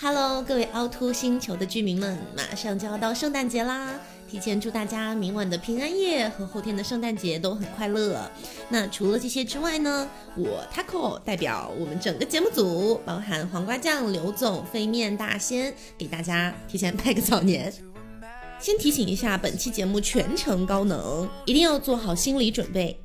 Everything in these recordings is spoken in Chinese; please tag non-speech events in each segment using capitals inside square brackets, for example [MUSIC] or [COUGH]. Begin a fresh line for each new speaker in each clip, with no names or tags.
Hello，各位凹凸星球的居民们，马上就要到圣诞节啦！提前祝大家明晚的平安夜和后天的圣诞节都很快乐。那除了这些之外呢，我 Taco 代表我们整个节目组，包含黄瓜酱、刘总、飞面大仙，给大家提前拜个早年。先提醒一下，本期节目全程高能，一定要做好心理准备。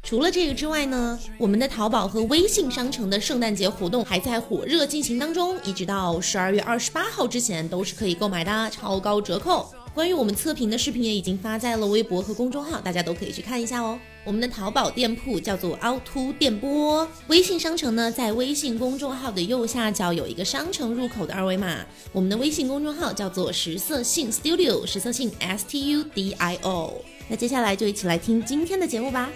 除了这个之外呢，我们的淘宝和微信商城的圣诞节活动还在火热进行当中，一直到十二月二十八号之前都是可以购买的，超高折扣。关于我们测评的视频也已经发在了微博和公众号，大家都可以去看一下哦。我们的淘宝店铺叫做凹凸电波，微信商城呢在微信公众号的右下角有一个商城入口的二维码。我们的微信公众号叫做十色性 Studio，十色性 S T U D I O。那接下来就一起来听今天的节目吧。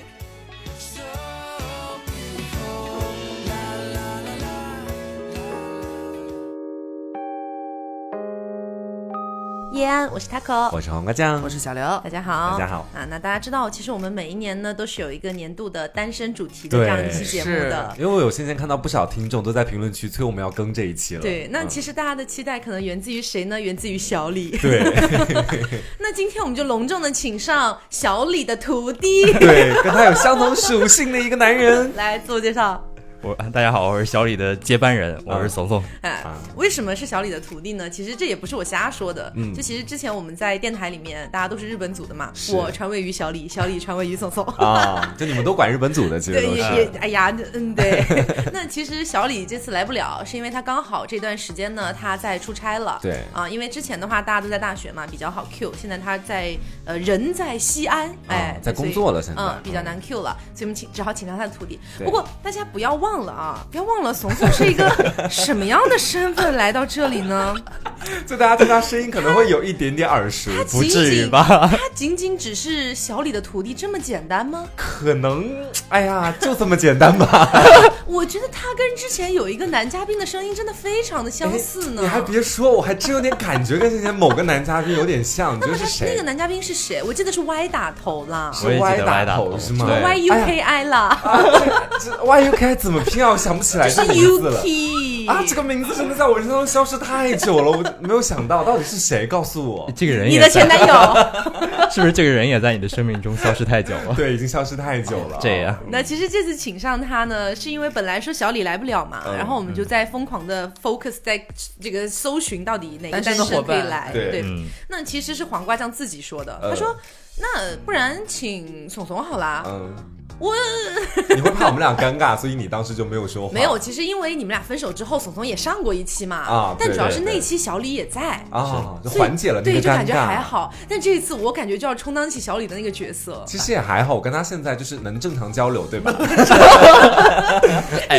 耶安，我是 Taco，
我是黄瓜酱
我，是小刘。
大家好，
大家好
啊！那大家知道，其实我们每一年呢都是有一个年度的单身主题的这
对
样一期节目的。
因为我有先前看到不少听众都在评论区催我们要更这一期了。
对，那
嗯
其实大家的期待可能源自于谁呢？源自于小李。
对
那今天我们就隆重的请上小李的徒弟
对，跟他有相同属性的一个男人
来自我介绍。
我大家好，我是小李的接班人，我是怂怂。
哎，
啊，
为什么是小李的徒弟呢？其实这也不是我瞎说的，
嗯
就其实之前我们在电台里面，大家都是日本组的嘛，
是
我传位于小李，小李传位于宋宋。
啊，就你们都管日本组的，其实
对，
都
也
是
也，哎呀，嗯，对。
[LAUGHS]
那其实小李这次来不了，是因为他刚好这段时间呢，他啊在出差了。
对
啊，因为之前的话大家都在大学嘛，比较好 Q。现在他在呃人在西安，哎，
啊在
所以
工作了现在
嗯，比较难 Q 了，所以我们请只好请上他的徒弟。
对
不过大家不要忘了啊，不要忘了，怂怂是
[LAUGHS]
一个什么样的身份来到这里呢？
就大家对他声音可能会有一点点耳熟，
他
不
仅
至于
仅
吧？
[LAUGHS] 他仅仅只是小李的徒弟这么简单吗？
可能，
[LAUGHS]
哎呀，就这么简单吧。
我觉得他跟之前有一个男嘉宾的声音真的非常的相似呢。
哎你还别说，我还真有点感觉跟之前某个男嘉宾有点像，你觉
那
得
么
是
他那
谁
个？男嘉宾是谁？我记得是 Y 打头啦
是
我也记得
Y
歪
打
打
头
头
是吗？
对
，Y
歪
U
哎呀
K I 啦，
啊，这这 Y U K 怎么拼啊？我想不起来
是
这个名字
U
了。
K
啊，这个名字真的在我人生中消失太久了，我没有想到到底是谁告诉我。
[LAUGHS] 这个人
你
也
的
在
前男友。
是不是这个人也在你的生命中消失太久
[LAUGHS]
了？
对，已经消失太久了。
这样，
那其实这次请上他呢，是因为本来说小李来不了嘛，
嗯
然后我们就在疯狂的 focus 在这个搜寻到底哪个
单
单
身的
身
伙
可以
伴
来。
对
对，
嗯，
那其实是黄瓜酱自己说的，
嗯
他说。那不然请怂怂好啦，
嗯，
我
你会怕我们俩尴尬，所以你当时就没有说话。
没有。其实因为你们俩分手之后，怂怂也上过一期嘛，
啊
但
对
主要
对
是
对
那期小李也在，
啊，就
所以
缓解了那
对，
个
就
尴
感觉
尬。
还。好。但这一次我感觉就要充当起小李的那个角色。
其实也还好，我跟他现在就是能正常交流，对
[LAUGHS]
吧？
哎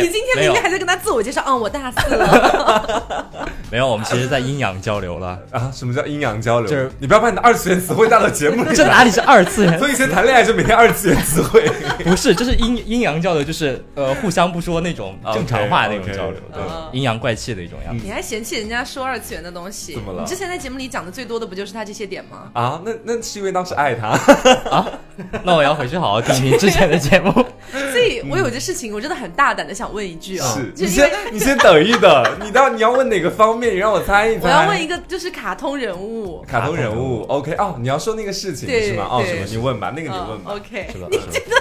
哦你今天
没
明
有
明还在跟他自我介绍，嗯，我大四了，
没有，我们其实在阴阳交流了。
[LAUGHS]
啊，什么叫阴阳交流？
就是
你不要把你的二次元词汇带到节目里 [LAUGHS]
这
来。
哪里是二次元？
所以以前谈恋爱就每天二次元词汇。
不是，这是阴阴阳交流，就是呃互相不说那种
哦
OK，
正常话那种
OK，
交流，
嗯
对，阴阳怪气的一种样子。
你还嫌弃人家说二次元的东西？
怎么了
你之前在节目里讲的最多的不就是他这些点吗？
啊，那那是因为当时爱他。
那我要回去好好听听之前的节
[LAUGHS]
目。
所以我有件事情，我真的很大胆的想问一句哦，
是，
就
你
是因为
先你先等一等，你到你要问哪个方面，你让我猜一猜。
我要问一个就是卡通人物，
卡通人物，OK 哦，你要说那个事情
对
是吗？哦，
对
什么？你问吧，那个你问
嗯
吧。
，OK，
是吧？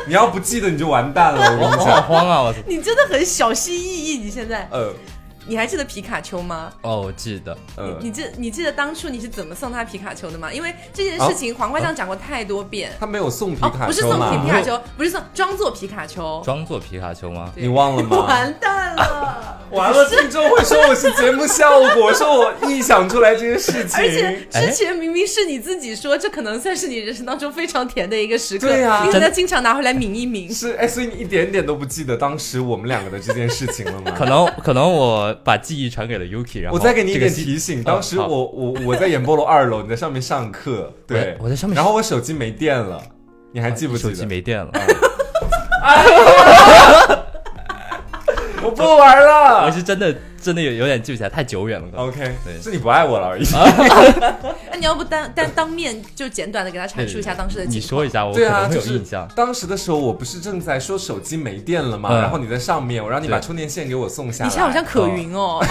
你要不记得你就完蛋了，我
我
跟你
[LAUGHS]
我好
讲。
慌啊！我操
你真的很小心翼翼。你现在
呃
你还记得皮卡丘吗？
哦，我记得
呃，
你记你记得当初你是怎么送他皮卡丘的吗？因为这件事情黄瓜酱讲过太多遍。
他没有送皮
哦，
卡
不是
丘
送
吗？
皮卡丘，不是送装作皮卡丘，
装作皮卡丘吗？
你忘了吗？
完蛋了，
完了，听众会说我是节目效果，说我臆想出来这个事
而且
情。
之前明明是你自己说，这可能算是你人生当中非常甜的一个时刻，
对呀
因为他
真
经常拿回来抿一抿。
是哎，所以你一点点都不记得当时我们两个的这件事情了吗？
可能可能我把记忆传给了 Yuki，然后
我再给你一
这个
点
信
提醒，
哦
当时
好
我我我在演播楼二楼，你在上面上课，对，
我在上面啊
然后我手机没电了，你还记不记
手
得？
机
[LAUGHS]
没电了，
我不玩
我
了。
是真的真的有有点记不起来，太久远了。
OK，
对啊
是你不爱我了而已。
那哎你要不当当当面就简短的给他阐述一下当时的
你
情
说
况
一？下，我可
对啊，
能会
就
有
是
印象。
当时的时候，我不是正在说手机没电了吗？
嗯
然后你在上面，我让你把
对
充电线给我送下
你
来。
现在好像可云哦，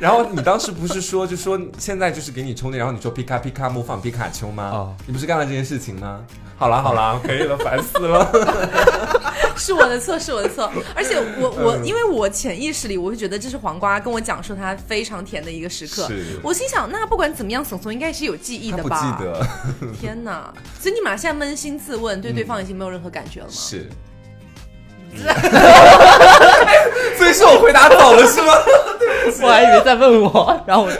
然后你当时不是说，就说现在就是给你充电，然后你说皮卡皮卡模仿皮卡丘吗？
哦
你不是干了这件事情吗？好啦好
[LAUGHS]
啦，可以了，烦死了。
[LAUGHS] 是我的
[LAUGHS]
错，是我的错。而且我我
嗯
因为我潜意识里我会觉得这是黄瓜跟我讲述他非常甜的一个时刻
是，
我心想那不管怎么样，怂怂应该是有记忆
他
的
不
吧？
记得，
天哪！所以你马上扪心自问，对对方已经没有任何感觉了吗？
[LAUGHS] 是。所以是我回答早了是吗？
我还以为在问我，然后我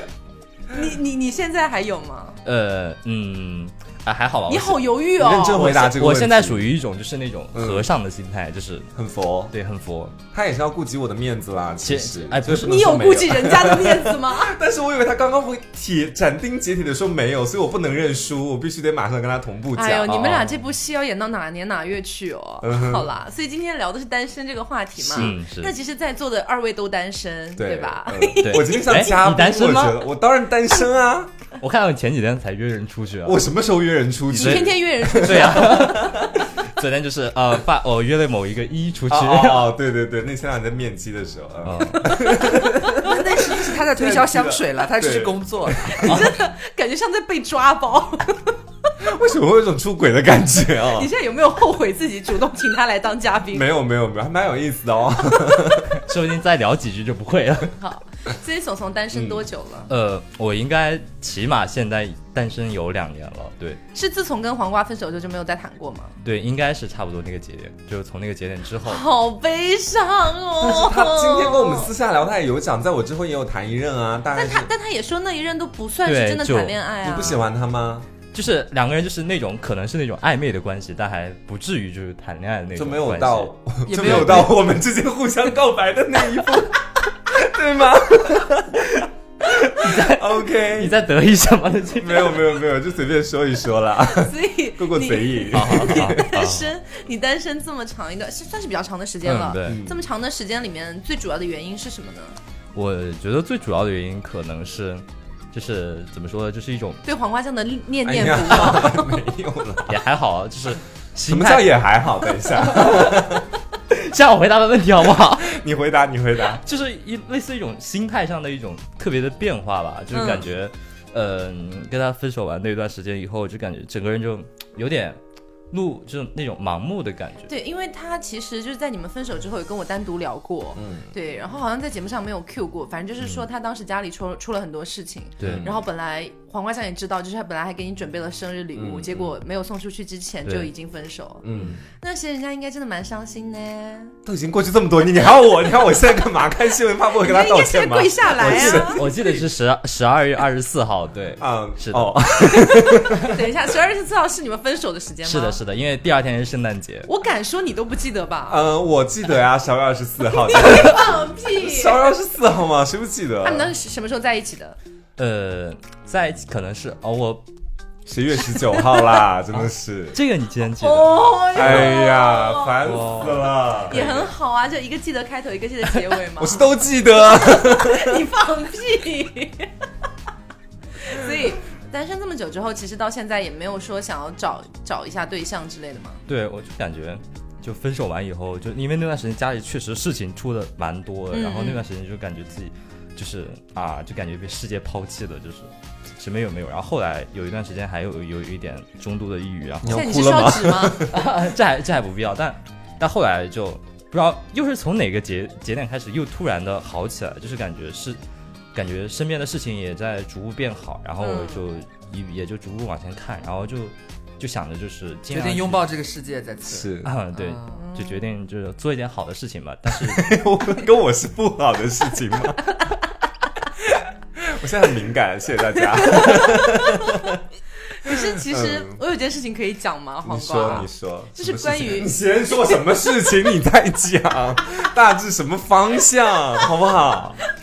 你你你现在还有吗？
呃嗯，啊还好吧。
你
我
好犹豫哦。
你认真
我
回答这个
我
问题嗯
现在属于一种就是那种和尚的心态，就是
很佛，
对很佛。
他也是要顾及我的面子啦。其
其
实，
哎不是
所以能
你有
说没
顾及人家的面子
[LAUGHS]
吗？
但是我以为他刚刚会铁斩钉截铁的说没有，所以我不能认输，我必须得马上跟他同步讲。啊嗯
哎呦，你们俩这部戏要演到哪年哪月去哦？好啦，所以今天聊的是单身这个话题嘛。
嗯是
那其实，在座的二位都单身，
对
吧？
嗯
对
我今天像
哎
嘉
你
宾，
单身
我
吗
觉得我当然单身啊。
我看到你前几天才约人出去啊。
我什么时候约人出
你
去？
天天约
[LAUGHS]
人出去，
对呀、 [LAUGHS] 昨天就是呃，爸，我约了某一个一出去，
哦哦哦，对对对，那前两天面基的时候，嗯
但是
是他在推销香水了，他出去
对
工作了。
感觉像在被抓包。
哦为什么会有一种出轨的感觉啊
[LAUGHS] 你？现在有没有后悔自己主动请他来当嘉宾？
没有没有没有，还蛮有意思的哦。
说不定再聊几句就不会了。
好，所以怂怂单身
嗯
多久了？
[LAUGHS] 呃，我应该起码现在单身有两年了，对
是自从跟黄瓜分手之后就没有再谈过吗？
对，应该是差不多那个节点，就是从那个节点之后，
好悲伤
但是
哦！
他今天跟我们私下聊，他也有讲，在我之后也有谈一任啊，当然
但
是
他但他也说那一任都不算是
对
真的
就
谈恋爱啊。
你不喜欢他吗？
[LAUGHS] 就是两个人就是那种可能是那种暧昧的关系，但还不至于就是谈恋爱的那
就
种
没
关系
有到，
也
就
没
没
有
有到我们之间互相告白的那一步，对吗
你
？OK，
在得意什么的 [LAUGHS] 这
没有没有没有，就随便说一说啦，
所以
过过嘴瘾。
[LAUGHS] 好好好，
你单身，你单身这么长一段，是算是比较长的时间了
嗯，。对，
这么长的时间里面，最主要的原因是什么呢？
我觉得最主要的原因可能是，就是怎么说呢，就是一种
对黄瓜酱的念
哎
念
呀
不忘，，
没有了。
也还好，啊就是
什
心
么叫
态。
也还好？等一下，
这样我回答的问题好不好？
你回答，你回答。
就是一类似一种心态上的一种特别的变化吧，就是感觉，嗯、跟他分手完那段时间以后，就感觉整个人就有点路就是那种盲目的感觉。
对，因为他其实就是在你们分手之后有跟我单独聊过，
嗯
对，然后好像在节目上没有 Q 过，反正就是说他当时家里出出了很多事情，
嗯对
然后本来黄瓜酱也知道，就是他本来还给你准备了生日礼物，
嗯
结果没有送出去之前就
对
已经分手，
嗯，
那其实人家应该真的蛮伤心呢。
都已经过去这么多年，你还要我？你看我现在干嘛？看新闻发布会跟他道歉吗
跪？下来
我记
啊！
得我记得是十十二月二十四号，对，
嗯，
是的
哦，
等一下，十二月四号是你们分手的时间吗？
是的，是的，因为第二天是圣诞节，
我敢说你都不记得吧？
嗯，我记得呀，十二月二十四 [LAUGHS] 号，
放屁！
十二月二十四号嘛，谁不记
他
得？
们当时什么时候在一起的？
呃，在可能是哦，我
十一月十九号 [LAUGHS] 啦，真的是。
这个你竟然记得，
哦哟
哎呀，烦死了！
也很好啊，就一个记得开头，一个记得结尾嘛。
我是都记得，
你放屁！所以单身这么久之后，其实到现在也没有说想要找找一下对象之类的嘛。
对我就感觉。就分手完以后，就因为那段时间家里确实事情出的蛮多的，
嗯
然后那段时间就感觉自己就是啊，就感觉被世界抛弃了，就是什么也没有。然后后来有一段时间还有有有一点中度的抑郁，然后
[LAUGHS] 你要
现在你
哭了
是烧
吗
纸
[LAUGHS]
吗？
[LAUGHS] 这还这还不必要，但但后来就不知道又是从哪个节节点开始又突然的好起来，就是感觉是感觉身边的事情也在逐步变好，然后
嗯
就也、也就逐步往前看，然后就就想着就是尽
决
量
定
去
拥抱这个世界，再次。
是
啊，对，
嗯
就决定就是做一点好的事情吧。
[LAUGHS]
但是
哎我跟我是不好的事情吗？ [LAUGHS] 我现在很敏感，谢谢大 [LAUGHS] 家。
可是其实
嗯
我有件事情可以讲吗？
你
黄
说，
瓜
你，说，
就是
什么事情
关于
你先说什么事情，你再讲，大致什么方向，好不好？
就是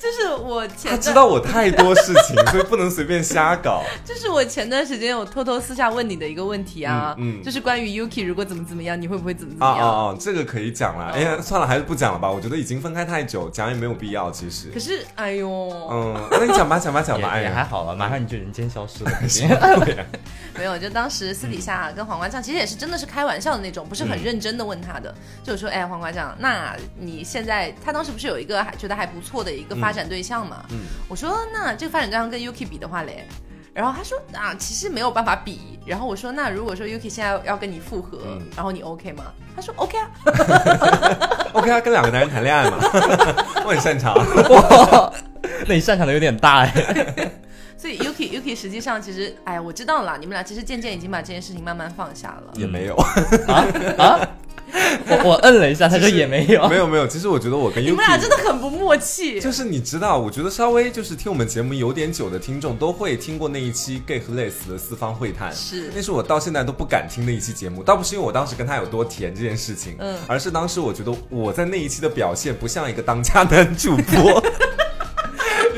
就是我前
他
段
知道我太多事情，所以不能随便瞎搞。
这是我前段时间我偷偷私下问你的一个问题啊，
嗯嗯
就是关于 Yuki 如果怎么怎么样，你会不会怎么怎
啊
么
啊
样？
啊！这个可以讲
哦
啦。哎呀，算了，还是不讲了吧。我觉得已经分开太久，讲也没有必要。其实
可，是，哎呦，
嗯，那你讲吧，讲吧，讲吧。哎
也也
呀，
还好吧，马上你就人间
[LAUGHS]
消失了。
哎
没有，就当时私底下跟黄瓜酱，其实也是真的是开玩笑的那种，不是很认真的问他的，
嗯
就是说，哎，黄瓜酱，那你现在他当时不是有一个还觉得还不错的一个发展对象嘛？
嗯
我说那这个发展对象跟 Yuki 比的话嘞，然后他说啊，其实没有办法比。然后我说那如果说 Yuki 现在要跟你复合，
嗯
然后你 OK 吗？他说 OK 啊，
OK 啊，跟两个男人谈恋爱嘛， [LAUGHS] 我很擅长。
嗯 [LAUGHS] 那你擅长的有点大哎。
所以 Yuki Yuki 实际上其实，哎呀，我知道了，你们俩其实渐渐已经把这件事情慢慢放下了。
也没有，
我我摁了一 [LAUGHS] 下，他说也没有。
没有，没有。其实我觉得我跟
你们俩
Yuki
真的很不默契，
就是你知道，我觉得稍微就是听我们节目有点久的听众都会听过那一期 gay 和 les 的四方会谈，
是
那是我到现在都不敢听的一期节目，倒不是因为我当时跟他有多甜这件事情，
嗯
而是当时我觉得我在那一期的表现不像一个当家男主播。 [LAUGHS]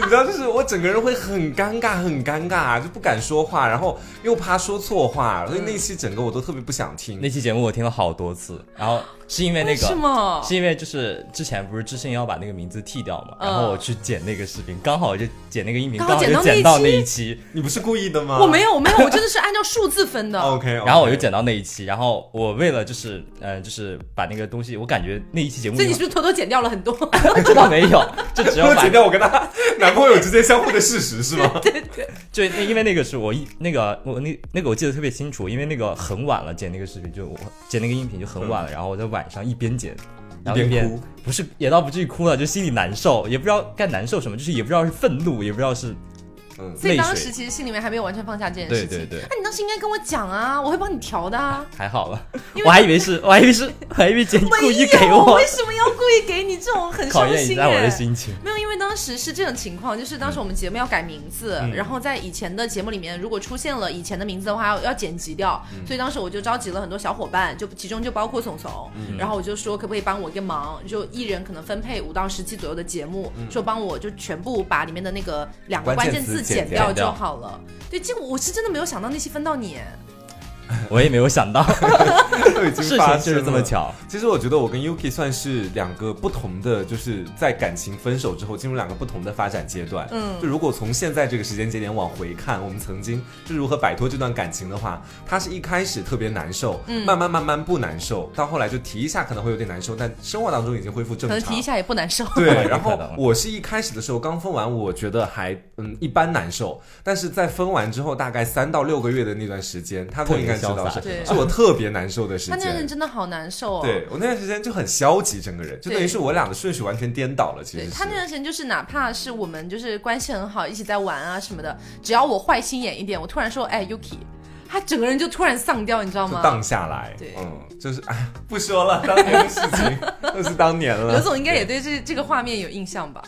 你知道，就是我整个人会很尴尬，很尴尬，就不敢说话，然后又怕说错话，所以那期整个我都特别不想听。
那期节目我听了好多次，然后是因为那
为
个
什么？
是因为就是之前不是知信要把那个名字剃掉嘛，
嗯
然后我去剪那个视频，刚好就剪那个音频，
刚
刚
好
好
剪
就
到
剪
那一
到那一期，
你不是故意的
啊
吗？哦
我没有，我没有，我真的是按照数字分的。
OK，,
然后我就
[LAUGHS]
剪到那一期，然后我为了就是呃就是把那个东西，我感觉那一期节
[LAUGHS]
目
所以你是不是偷偷减掉了很
[LAUGHS]
多？
知道没有，就只有
[LAUGHS] 我
把
剪掉我跟他男朋友之间相互的事实是吗？
[LAUGHS]
就那因为那个是我一那个我那那个我记得特别清楚，因为那个很晚了剪那个视频，就我剪那个音频就很晚了，然后我在晚上一边剪。然
嗯
后
一
一
边
边
哭
不是也倒不至于哭了，啊就心里难受，也不知道该难受什么，就是也不知道是愤怒，也不知道是
嗯，
所以
泪
当
水
时其实心里面还没有完全放下这件事
对
情。
对对，
那你当时应该跟我讲啊，我会帮你调的啊。
还好吧
因为，
我还以为是，我还以为是，我还以为姐你故意给
没有
我
[LAUGHS] 为什么要故意给你这种很
考
伤
验一
心哎
下我的
耶？
心情。
没有，因为当时是这种情况，就是当时我们节目要改名字，然后在以前的节目里面，如果出现了以前的名字的话，要要剪辑掉。所以当时我就召集了很多小伙伴，就其中就包括怂怂，然后我就说可不可以帮我一个忙，就一人可能分配五到十期左右的节目，说帮我就全部把里面的那个两
关
个关
键
键
词剪
字剪
掉
掉就好了。对，这个我是真的没有想到那期分到你，
我也没有
[LAUGHS]
想到，
都已经
事情
发
就
生
是这么
了。
巧。
其实我觉得我跟 Yuki 算是两个不同的，就是在感情分手之后进入两个不同的发展阶段。
嗯
就如果从现在这个时间节点往回看，我们曾经是如何摆脱这段感情的话，他是一开始特别难受，
嗯
慢慢慢慢不难受，到后来就提一下可能会有点难受，但生活当中已经恢复正
可
常。
能提一下也不难受。
对，
[LAUGHS]
太
然后
可能了
我是一开始的时候刚分完，我觉得还嗯一般难受，但是在分完之后大概三到六个月的那段时间，他更应该知道是
特
别潇洒
是我特别难受的时
他那阵
间。
真的好难受哦。
对我那段时间就很消极，整个人就等于是我俩的顺序完全颠倒了。其
对
实是
他那段时间就是，哪怕是我们就是关系很好，一起在玩啊什么的，只要我坏心眼一点，我突然说哎 Yuki，他整个人就突然丧掉，你知道
就
吗？
荡下来，
对
嗯，就是哎呀，不说了，当年的事情那是当年了。
刘总应该也对这这个画面有印象吧？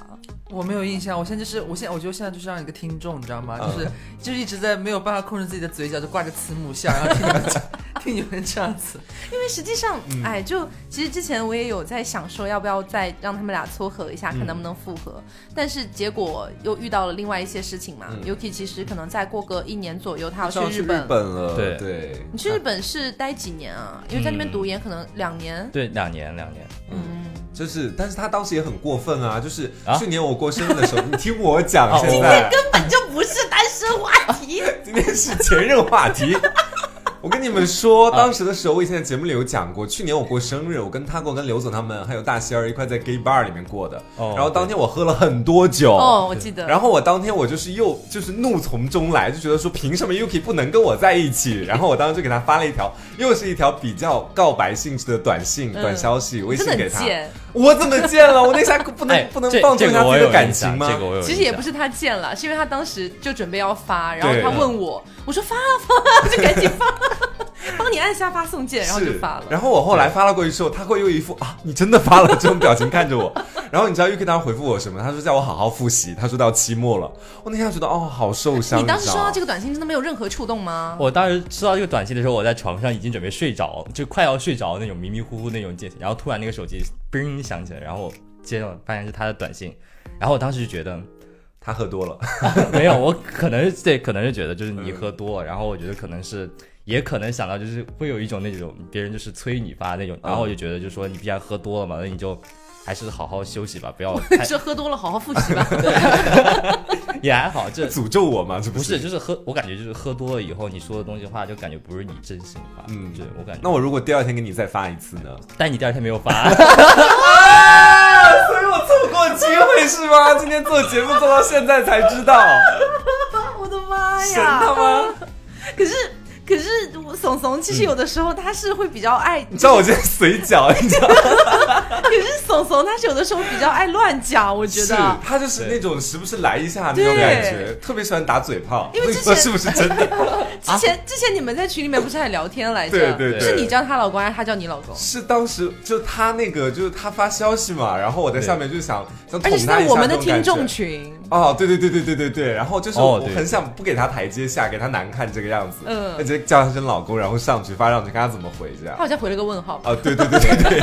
我没有印象，我现在就是，我现在我觉得现在就是这样一个听众，你知道吗？就是、就是一直在没有办法控制自己的嘴角，就挂着慈母笑，然后听你们讲 [LAUGHS] 听你们这样子。
因为实际上，
嗯
哎，就其实之前我也有在想说，要不要再让他们俩撮合一
嗯
下，看能不能复合。但是结果又遇到了另外一些事情嘛。
嗯
Yuki 其实可能再过个一年左右，他要
上
去
去
日
日
本。
本了，
对
对，
你去日本是待几年啊？因为在那
嗯
边读研可能两年。
对，两年两年，
啊就是，但是他当时也很过分啊，就是
啊
去年我过生日的时 [LAUGHS] 候，你听我讲，
哦
啊现在
根本就不是单身话题，
今天是前任话题。 [LAUGHS] 我跟你们说，当时的时候，我以前在节目里有讲过，去年我过生日，我跟他过跟刘总他们还有大仙儿一块在 gay bar 里面过的。
哦
然后当天我喝了很多酒。
哦，我记得。
然后我当天我就是又就是怒从中来，就觉得说凭什么 Yuki 不能跟我在一
[LAUGHS]
起？然后我当时就给他发了一条，又是一条比较告白性质的短信、
嗯
短消息、微
真
信
的
给
很
他。
贱，
我怎么见了？我那下不能、
[LAUGHS]
哎
不能
这
放纵
这
一下
个我
自己
有
的感
印象
情吗？
哎这个我有印象，
其实也不是他贱了，是因为他当时就准备要发，然后
对
他问我，我说发啊发啊，就赶紧发， [LAUGHS] 帮你按下发送键，然后就是发了。
然后我后来发了过去之后，他会用一副啊，你真的发了这种表情看着我。然后你知道 UK 当时回复我什么？他说叫我好好复习，他说到期末了。我那天觉得哦，好受伤。
你当时
知
收
道吗
到这个短信真的没有任何触动吗？
我当时收到这个短信的时候，我在床上已经准备睡着，就快要睡着那种迷迷糊糊那种阶然后突然那个手机嘣响起来，然后我接上发现是他的短信，然后我当时就觉得 [LAUGHS]
他喝多了，
没有，我可能对，可能是觉得就是你喝多，然后我觉得可能是。也可能想到就是会有一种那种别人就是催你发那种，然后我就觉得就说你既然喝多了嘛，那你就还是好好休息吧，不要
[LAUGHS]
太
这喝多了，好好复
[LAUGHS]
习吧。
也还好，这
诅咒我吗？这
不
是
是，就是喝，我感觉就是喝多了以后，你说的东西话，就感觉不是你真心话。
嗯
嗯，对我感觉。
那我如果第二天给你再发一次 [LAUGHS] 呢？
但你第二天没有发，
哎所以我错过机会是吗？今天做节目做到现在才知道，
哎我的妈
神他
嗯
妈！
可是可是我怂怂其实有的时候他是会比较爱，
嗯你知道我今天随脚，你知道吗？
可是怂怂他是有的时候比较爱乱讲，我觉
是
得。啊
他就是那种时不时来一下那种感觉，特别喜欢打嘴炮。
因为
你
之
说
前
是不是真
[LAUGHS]
的？
之前、之前你们在群里面不是还聊天来着？
对啊对对
是你叫她老公还是她叫你老公？
是当时就他那个，就是他发消息嘛，然后我在下面就想想
而
捅
且是
他
在
一
我
下
们
那
的
种感
听众
觉。
群。
哦，对对对对对对对，然后就是
哦
我
对
很想不给他台阶下，给他难看这个样子，
嗯
那直接叫他声老公，然后上去发上去看他怎么回这样
她。好像回了个问号吧。
啊，对对对对对。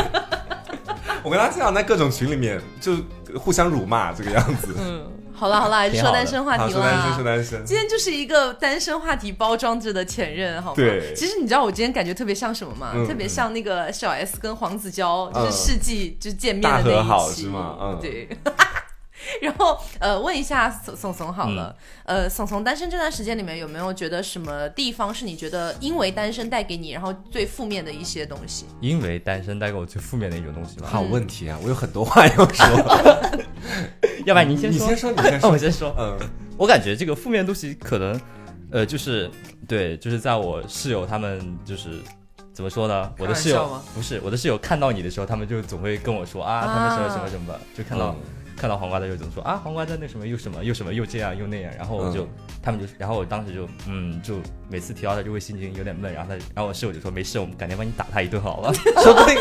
我跟他经常在各种群里面就互相辱骂这个样子。
嗯，好了好了，还是
挺
说
好的
单身话
啊，
题
说单身，
啦
说。单身。
今天就是一个单身话题包装着的前任，好吗？
对
其实你知道我今天感觉特别像什么吗？
嗯
特别像那个小 S 跟黄子佼，
嗯
就是世纪就见面
大
的
和
那
好
一期，
是吗嗯
对。 [LAUGHS] 然后呃，问一下怂怂怂好了，
嗯
呃，怂怂单身这段时间里面有没有觉得什么地方是你觉得因为单身带给你，然后最负面的一些东西？
因为单身带给我最负面的一种东西吧。
好
嗯
问题啊，我有很多话要说。
[LAUGHS] 要不然您先
你
说，
先说，你先
哦，我
说。
先说。
嗯，
我感觉这个负面东西可能，呃，就是对，就是在我室友他们就是怎么说呢？我的室
开玩笑
友
吗
不是我的室友看到你的时候，他们就总会跟我说啊，他们什么什么什么，就看到、看到黄瓜的时候总说啊，黄瓜在那什么又什么又什么又这样又那样，然后我就、
嗯
他们就，然后我当时就嗯，就每次提到他就会心情有点闷，然后他然后我室友就说没事，我们改天帮你打他一顿好了，
说不定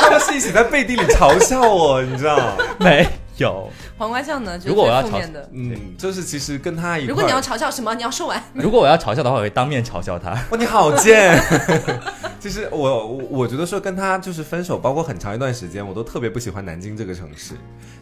他们是一起在背地里嘲笑我，你知道？
[LAUGHS] 没有，
黄瓜酱呢？就是
如果我要
最负
嘲
面的，
嗯，就是其实跟他一块儿。
如果你要嘲笑什么，你要说完。
如果我要嘲笑的话，我会当面嘲笑他。
哇，你好贱！ [LAUGHS] 其实我我我觉得说跟他就是分手，包括很长一段时间，我都特别不喜欢南京这个城市，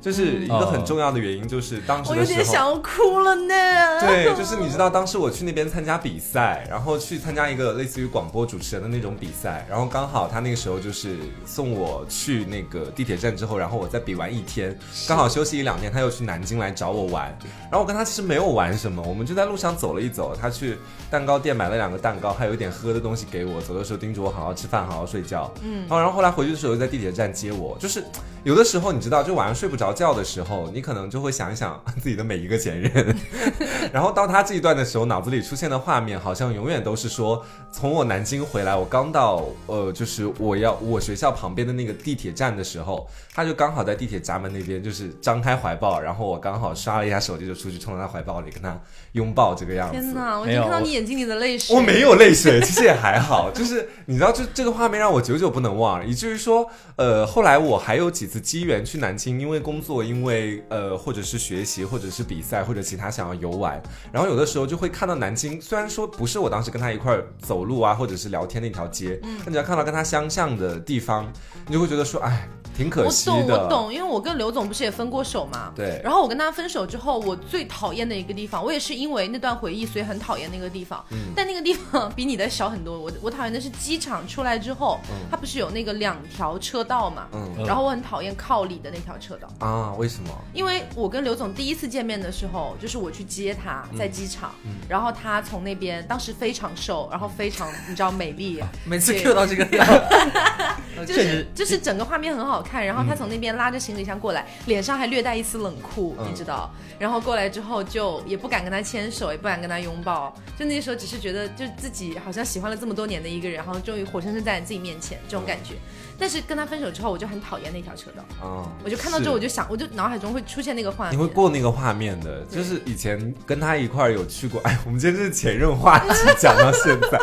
就是一个
哦
很重要的原因，就是当时
嗯我
的
有
时
点
候。
想要哭了呢。
对，就是你知道，当时我去那边参加比赛，然后去参加一个类似于广播主持人的那种比赛，然后刚好他那个时候就是送我去那个地铁站之后，然后我再比完一天，刚好休息一两天，他又去南京来找我玩，然后我跟他其实没有玩什么，我们就在路上走了一走，他去蛋糕店买了两个蛋糕，还有一点喝的东西给我，走的时候叮嘱我好好吃饭，好好睡觉，嗯，然后后来回去的时候又在地铁站接我，就是有的时候你知道，就晚上睡不着觉的时候，你可能就会想一想 [LAUGHS] 自己的每一个前任。 [LAUGHS] 然后到他这一段的时候，脑子里出现的画面好像永远都是说，从我南京回来，我刚到呃，就是我要我学校旁边的那个地铁站的时候，他就刚好在地铁闸门那边，就是张开怀抱，然后我刚好刷了一下手机，就出去冲到他怀抱里跟他拥抱这个样子。
天哪！我已
没
经
有
看到
我
你眼睛里的泪水。
我没有泪水，其实也还好，就是你知道，这这个画面让我久久不能忘，以至于说，呃，后来我还有几次机缘去南京，因为工作，因为呃，或者是学习，或者是比赛，或者其他想要游玩，然后有的时候就会看到南京，虽然说不是我当时跟他一块儿走路啊，或者是聊天那条街，
嗯
但只要看到跟他相像的地方，你就会觉得说，哎，挺可
我
惜
懂，
的。
我懂，因为我跟刘总不是也分过手嘛。
对
然后我跟他分手之后，我最讨厌的一个地方，我也是因为那段回忆，所以很讨厌那个地方。
嗯
但那个地方比你的小很多。我我讨厌的是机场出来之后，它不是有那个两条车道嘛？
嗯
嗯
然后我很讨厌靠里的那条车道，
啊，为什么？
因为我跟刘总第一次见面的时候，就是我去接他
嗯
在机场，然后他从那边当时非常瘦，然后非常你知道美丽，
每次
对
Q 到这个点，
就
确
是
实
就是整个画面很好看，然后
嗯
他从那边拉着行李箱过来，脸上还略带一丝冷酷，
嗯
你知道。然后过来之后就也不敢跟他牵手，也不敢跟他拥抱，就那时候只是觉得就自己好像喜欢了这么多年的一个人，然后终于活生生站在自己面前这种感觉。
嗯
但是跟他分手之后，我就很讨厌那条车道，
啊，
我就看到
是
之后我就想，我就脑海中会出现那个画
你
面
会。过那个画面的，就是以前跟他一块儿有去过，哎，我们今天这是前任 [LAUGHS] 话题讲到现在，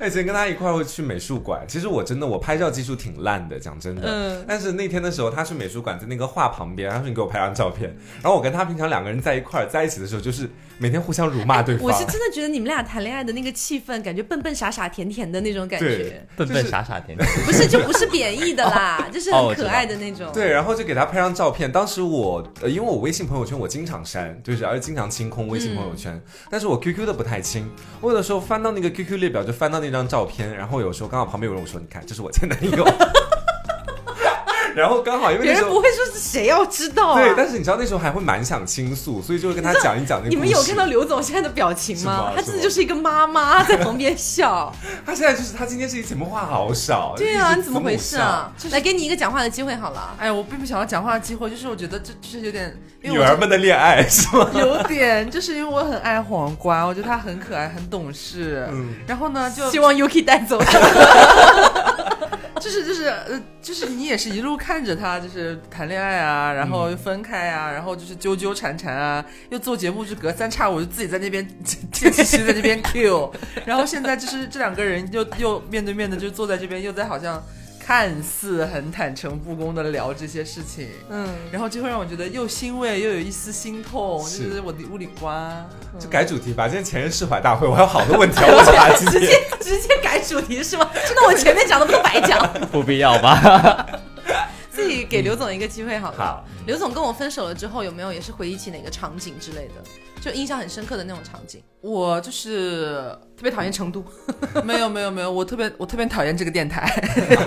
哎，以前跟他一块儿会去美术馆，其实我真的我拍照技术挺挺烂的，讲真的。
嗯
但是那天的时候，他去美术馆，在那个画旁边，他说你给我拍张照片。然后我跟他平常两个人在一块儿在一起的时候，就是每天互相辱骂对方。
我是真的觉得你们俩谈恋爱的那个气氛，感觉笨笨傻傻甜甜的那种感觉
对，
[LAUGHS]
笨笨傻傻甜甜。 [LAUGHS]
不是就不是贬义
[LAUGHS]
的啦，就是
哦
很
我知
可
道
爱的那种。
对，然后就给他拍张照片。当时我，呃，因为我微信朋友圈我经常删，就是而且经常清空微信朋
嗯
友圈，但是我 QQ 的不太清。我有的时候翻到那个 QQ 列表，就翻到那张照片，然后有时候刚好旁边有人我说，你看，这是我前男友。然后刚好因为
别
那时
人不
候。
会说是谁要知道啊？
对，但是你知道那时候还会蛮想倾诉，所以就会跟他讲一讲那个
你们
故
有
事
看到刘总现在的表情吗？
是吗
他真的就是一个妈妈在旁边笑。
他现在就是他今天这一节目话好少。
[LAUGHS] 对啊，
一直
你怎么回事啊？来，给你一个讲话的机会好了。
[LAUGHS] 哎，我并不想要讲话的机会，就是我觉得这就是有点，
字
因
母笑？
为
女儿们的恋爱是吗？
我有点，就是因为我很爱黄瓜，我觉得它很可爱，很懂事。
嗯
然后呢，就
希望 Yuki 带 [LAUGHS] 走。
[LAUGHS] 就是就是呃，就是你也是一路看着他，就是谈恋爱啊，然后又分开啊，然后就是纠纠缠缠啊，又做节目，就隔三差五就自己在那边自己在那边 Q，然后现在就是这两个人又又面对面的就坐在这边，又在好像看似很坦诚不公的聊这些事情，
嗯，
然后就会让我觉得又欣慰又有一丝心痛，就是我的屋里瓜。
就改主题吧，今天前任释怀大会，我还有好多问题要问他今
[LAUGHS] 直
天。
接直接改主题是吗？真的，我前面讲的不都白讲？ [LAUGHS]
不必要吧？
自己给刘总一个机会好了。
好
刘总跟我分手了之后，有没有也是回忆起哪个场景之类的，就印象很深刻的那种场景？
我就是
特别讨厌成 [LAUGHS] 都
没有没有没有，我特别我特别讨厌这个电台。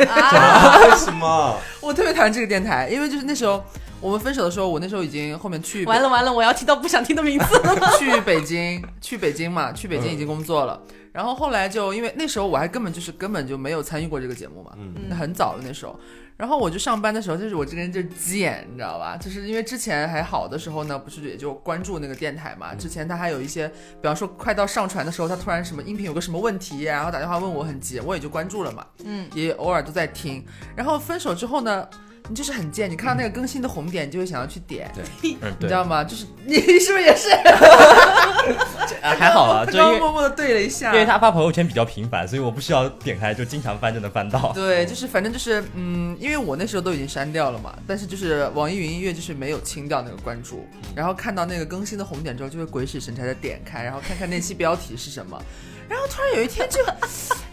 啊，
为什么？
我特别讨厌这个电台，因为就是那时候我们分手的时候，我那时候已经后面去北
完了完了，我要听到不想听的名字了。
[LAUGHS] 去北京，去北京嘛，去北京已经工作了。然后后来就因为那时候我还根本就是根本就没有参与过这个节目嘛，
嗯 [LAUGHS]
那很早了那时候。然后我就上班的时候，就是我这个人就是急眼，你知道吧？就是因为之前还好的时候呢，不是也就关注那个电台嘛。之前他还有一些，比方说快到上传的时候，他突然什么音频有个什么问题，啊然后打电话问我，很急，我也就关注了嘛。
嗯，
也偶尔都在听。然后分手之后呢，你就是很贱，你看到那个更新的红点，你就会想要去点。
嗯，
你
对
知，道吗？就是 [LAUGHS] 你是不是也是？
啊还好啦，就
刚
因
刚
为
默默的对了一下，
因为他发朋友圈比较频繁，所以我不需要点开就经常翻就能翻
[LAUGHS]
到。
对，就是反正就是嗯，因为我那时候都已经删掉了嘛，但是就是网易云音乐就是没有清掉那个关注，
嗯
然后看到那个更新的红点之后，就会鬼使神差的点开，然后看看那期标题是什么，然后突然有一天就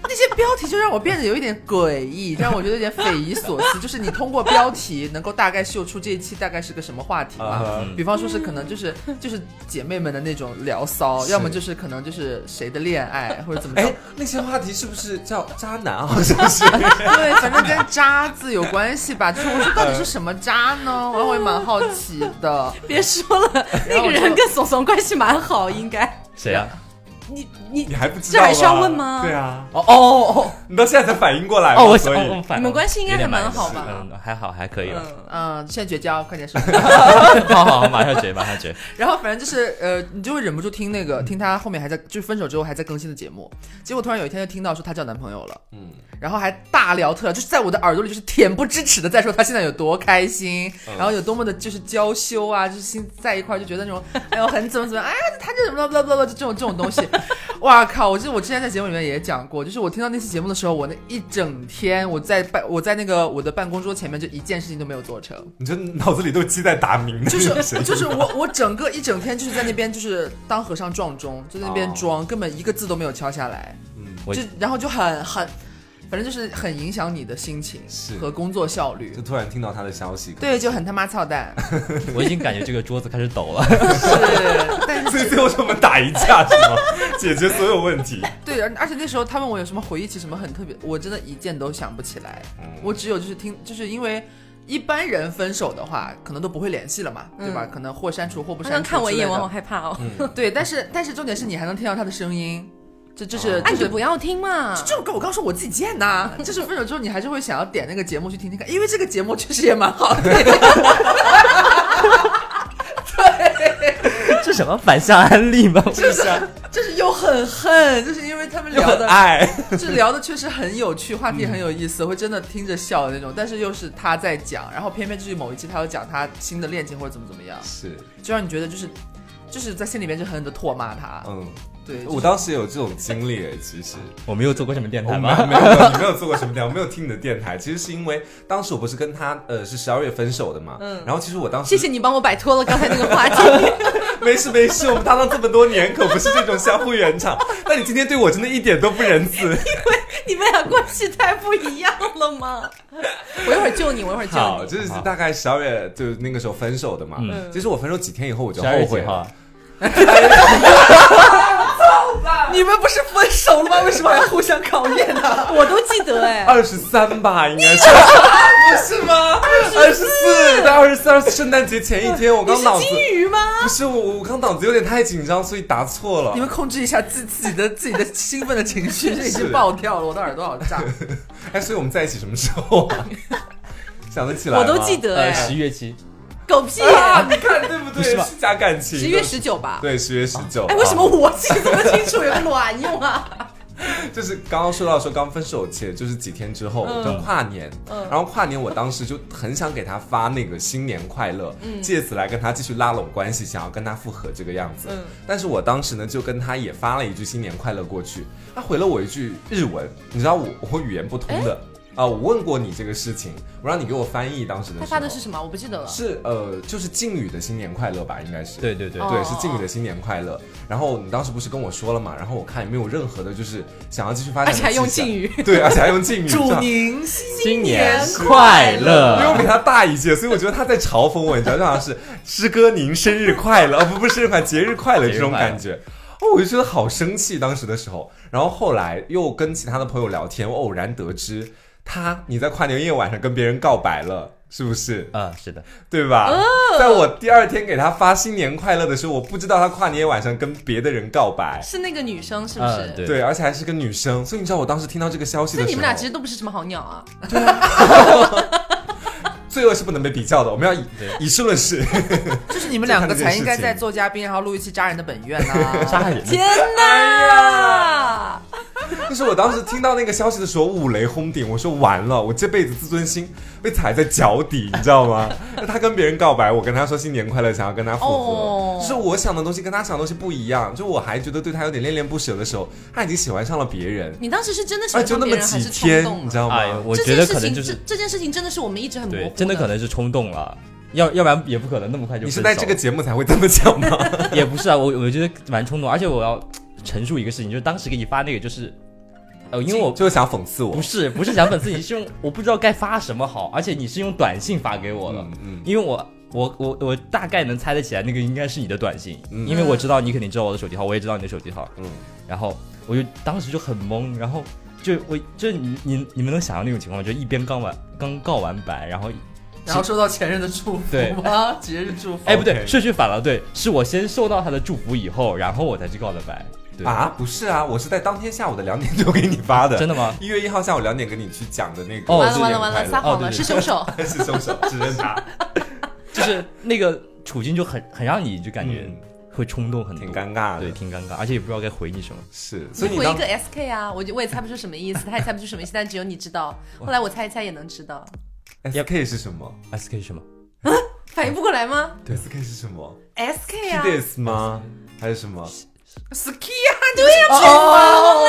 那些标题就让我变得有一点诡异，让我觉得有点匪夷所思。就是你通过标题能够大概嗅出这一期大概是个什么话题
啊
嘛
哈
比方说是可能就是就是姐妹们的那种聊骚，
是
要么就是可能就是谁的恋爱或
[LAUGHS]
者怎么着
哎。，那些话题是不是叫渣男？好像是。
[LAUGHS] 对，反正跟渣字有关系吧。就是我说到底是什么渣呢？然后我也蛮好奇的。
别说 [LAUGHS] 了，那个人跟怂怂关系蛮好，应该。
谁啊？
你你
[LAUGHS] 你还不知
这
道吗？
还需要问吗
对啊，
哦哦
你到现在才反应过来吗
哦，我
所以
哦我反
你们关系应该
有点
还蛮
蛮
好吧
嗯，还好还可以了。
哦
嗯，，
嗯，现在绝交，快点说。
[LAUGHS] 好好好，马上决，马上决。
然后反正就是呃，你就会忍不住听那
嗯
个听他后面还在，就分手之后还在更新的节目。结果突然有一天就听到说她交男朋友了，
嗯
然后还大聊特聊，就是在我的耳朵里就是恬不知耻的在说她现在有多开心，
嗯
然后有多么的就是娇羞啊，就是心在一块儿就觉得那种 [LAUGHS] 哎呦很怎么怎么样，哎呀他这怎么了不啦不啦不啦，就这种这种东西， [LAUGHS] 哇靠！我记得我之前在节目里面也讲过，就是我听到那期节目的时候，我那一整天我在办我在那个我的办公桌前面就一件事情都没有做成。
你这脑子里都鸡在打鸣，
[LAUGHS] 就
[LAUGHS]
是
神经
就是我我整个一整天就是在那边就是当和尚撞钟，就在那边
哦
装，根本一个字都没有敲下来，
嗯
我
就然后就很很，反正就是很影响你的心情
是
和工作效率
就。突然听到他的消息， [LAUGHS]
对，就很他妈操蛋，
我已经感觉这个桌子开始抖了。
是，但
所以
是
最后是我们打一架是吗？解决所有问题。
对，而而且那时候他问我有什么回忆起什么很特别，我真的一件都想不起来。
嗯
我只有就是听，就是因为一般人分手的话，可能都不会联系了嘛，对吧？可能或删除或不
嗯好
删
像
除。
看我一眼，我好害怕哦。
对，但是但是重点是你还能听到他的声音，这这是
哦
[LAUGHS] 哎，
就
你
是
就不要听嘛。
就跟我刚说我自己贱呐、就是分手之后你还是会想要点那个节目去听听看，因为这个节目确实也蛮好的。
这什么反向安利吗？
就是就是又很恨，就是因为他们聊
很
的，
爱，嗯
就是聊的确实很有趣，话题很有意思，会真的听着笑的那种。但是又是他在讲，然后偏偏就是某一期他又讲他新的恋情或者怎么怎么样，
[LAUGHS] 是
就让你觉得就是就是在心里面就狠狠的唾骂他。
嗯，
对，
我当时也有这种经历诶，其实。
我没有做过什么电
我
台
没
吧？
有没有，你没有做过什么电台，我没有听你的电台。其实是因为当时我不是跟他呃是十二月分手的嘛，然后其实我当时
[LAUGHS] 嗯谢谢你帮我摆脱了刚才那个话题。 [LAUGHS]
没事没事，我们搭档这么多年，可不是这种相互圆场。那你今天对我真的一点都不仁慈。
你们俩关系太不一样了吗？我一会儿救你，我一会儿救
好，
你。
就是大概十二月就是那个时候分手的嘛。
嗯
其实我分手几天以后我就
十二月
后
几
悔
号
了，
啊？
你们不是分手了吗？为什么还要互相考验
[LAUGHS]
呢？
我都记得哎，
二十三吧，应该是不是吗？二十四到二十四，圣诞节前一天，我刚脑子
金鱼吗？
不是我，我刚脑子有点太紧张，所以答错了
你。们控制一下自自己的自己的兴奋的情
[LAUGHS]
绪，这已经爆掉了，我的耳朵好炸。
哎，所以我们在一起什么时候啊？想得起来吗
我都记得
呃，十
哎，
一月七，
狗屁！
啊！你看对不对？
是吧
虚假感情。
十一月十九吧？
对，十月十九。
哎，为什么我记得这么清楚，有个卵用啊？
就是刚刚说到说刚分手前，就是几天之后，
嗯
就跨年，然后跨年我当时就很想给他发那个新年快乐，
嗯
借此来跟他继续拉拢关系，想要跟他复合这个样
嗯
子。但是我当时呢，就跟他也发了一句新年快乐过去，他回了我一句日文，你知道我我语言不通的啊、我问过你这个事情，我让你给我翻译当时的时
[LAUGHS] 他
候，
发的是什么？我不记得了。
是呃，就是敬语的新年快乐吧，应该是
对对对
哦
对，是敬语的新年快乐。然后你当时不是跟我说了嘛？然后我看也没有任何的，就是想要继续发展的
[LAUGHS] 而
迹象，
且还用敬语
[LAUGHS] 对，而且还用敬语，这
祝
样
您
新
年
快乐
因为我比他大一届，所以我觉得他在嘲讽我，你知道，就好像是师哥您生日快乐，哦不不是生日 [LAUGHS] 快乐，节日快乐这种感觉。哦，我就觉得好生气，当时的时候。然后后来又跟其他的朋友聊天，我偶然得知他你在跨年夜晚上跟别人告白了，是不是？
啊，是的，
对吧？在我第二天给他发新年快乐的时候，我不知道他跨年夜晚上跟别的人告白，
[LAUGHS] 是那个女生是不
嗯，
是？
对。
对，而且还是个女生，所以你知道我当时听到这个消息
所
的时候，
以你们俩其实都不是什么好鸟啊！
罪恶是不能被比较的，我们要以以事论事。
就是你们两个才应该在做嘉宾，然后录一期《渣人的本愿》啊呐。
杀人，
天哪！
[LAUGHS] 就是我当时听到那个消息的时候，五雷轰顶，我说完了，我这辈子自尊心被踩在脚底，你知道吗？ [LAUGHS] 那他跟别人告白，我跟他说新年快乐，想要跟他复合，
哦
就是我想的东西跟他想的东西不一样，就我还觉得对他有点恋恋不舍的时候，他已经喜欢上了别人，
你当时是真的喜
哎，
欢
就
上
那
别
么
人还
几
是冲
天，
动
你知
了？
道吗？
哎，我觉得可能就
这件事
是
情这这件事情真的是我们一直很模糊
对
的，，
真的可能是冲动了，要要不然也不可能那么快就
你是
分
在
手
这个节目才会这么讲 [LAUGHS] 吗？
[LAUGHS] 也不是啊，我我觉得蛮冲动，而且我要陈述一个事情，就是当时给你发那个就是，呃，因为我
就是啊想讽刺我
不。是不是想粉丝，你是用 [LAUGHS] 我不知道该发什么好，而且你是用短信发给我的，
嗯嗯
因为我。我我我大概能猜得起来，那个应该是你的短信，
嗯
因为我知道你肯定知道我的手机号，我也知道你的手机号，
嗯，
然后我就当时就很懵，然后就我就你你你们能想象那种情况吗，就一边刚完刚告完白，然后
然后收到前任的祝
对
福吗？节日祝福。
哎不对
OK
顺序反了，对，是我先收到他的祝福以后，然后我才去告的白，对，
啊，不是啊，我是在当天下午的两点就给你发的，
真的吗？
一月一号下午两点给你去讲的那个。
哦
完了
新
完
年
了完
快
了，
乐
撒
哦
谎
对
了，
对
是凶
[LAUGHS]
手。
是凶手，指认他，
[LAUGHS]
就是那个处境就很很让你就感觉
嗯
会冲动很多，
挺尴尬的。
对，挺尴尬，而且也不知道该回你什么。
是，所以你
你回一
当
个 SK 啊，我就我也猜不出什么意思，他也猜不出什么意思，但只有你知道。后来我猜一猜也能知道，
SK 是什么
SK 是什么？
反应不过来吗
对？SK 是什么
？SK 啊，
？Kiss 吗？还是什么？
ski
哦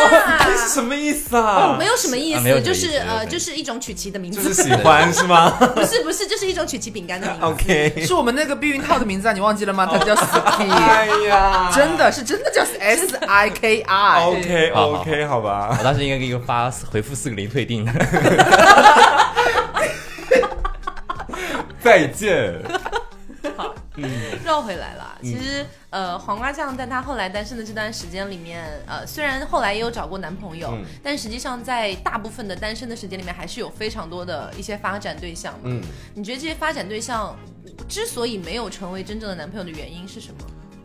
这是什么意思啊？
哦没有什么意
啊没有
思，
什么
就
意思
是
没有什
呃，
么
就
意
是一种曲奇的名
就是
字，
喜欢是
[LAUGHS]
吗 [LAUGHS]
不是不是，就是一种曲奇饼干的
[LAUGHS]
名字。
？OK。
是我们那个避孕套的名字啊，你忘记了吗？它
[LAUGHS]
叫 ski，
哎呀，
真的是真的叫 S I K I。
[LAUGHS] OK
好好好
OK，好吧。
我当时应该给你发回复四个零退订的。 [LAUGHS]
再见。
绕回来了。
嗯
其实，呃，黄瓜酱在她后来单身的这段时间里面，呃，虽然后来也有找过男朋友，
嗯
但实际上在大部分的单身的时间里面，还是有非常多的一些发展对象嘛。
嗯，
你觉得这些发展对象之所以没有成为真正的男朋友的原因是什么？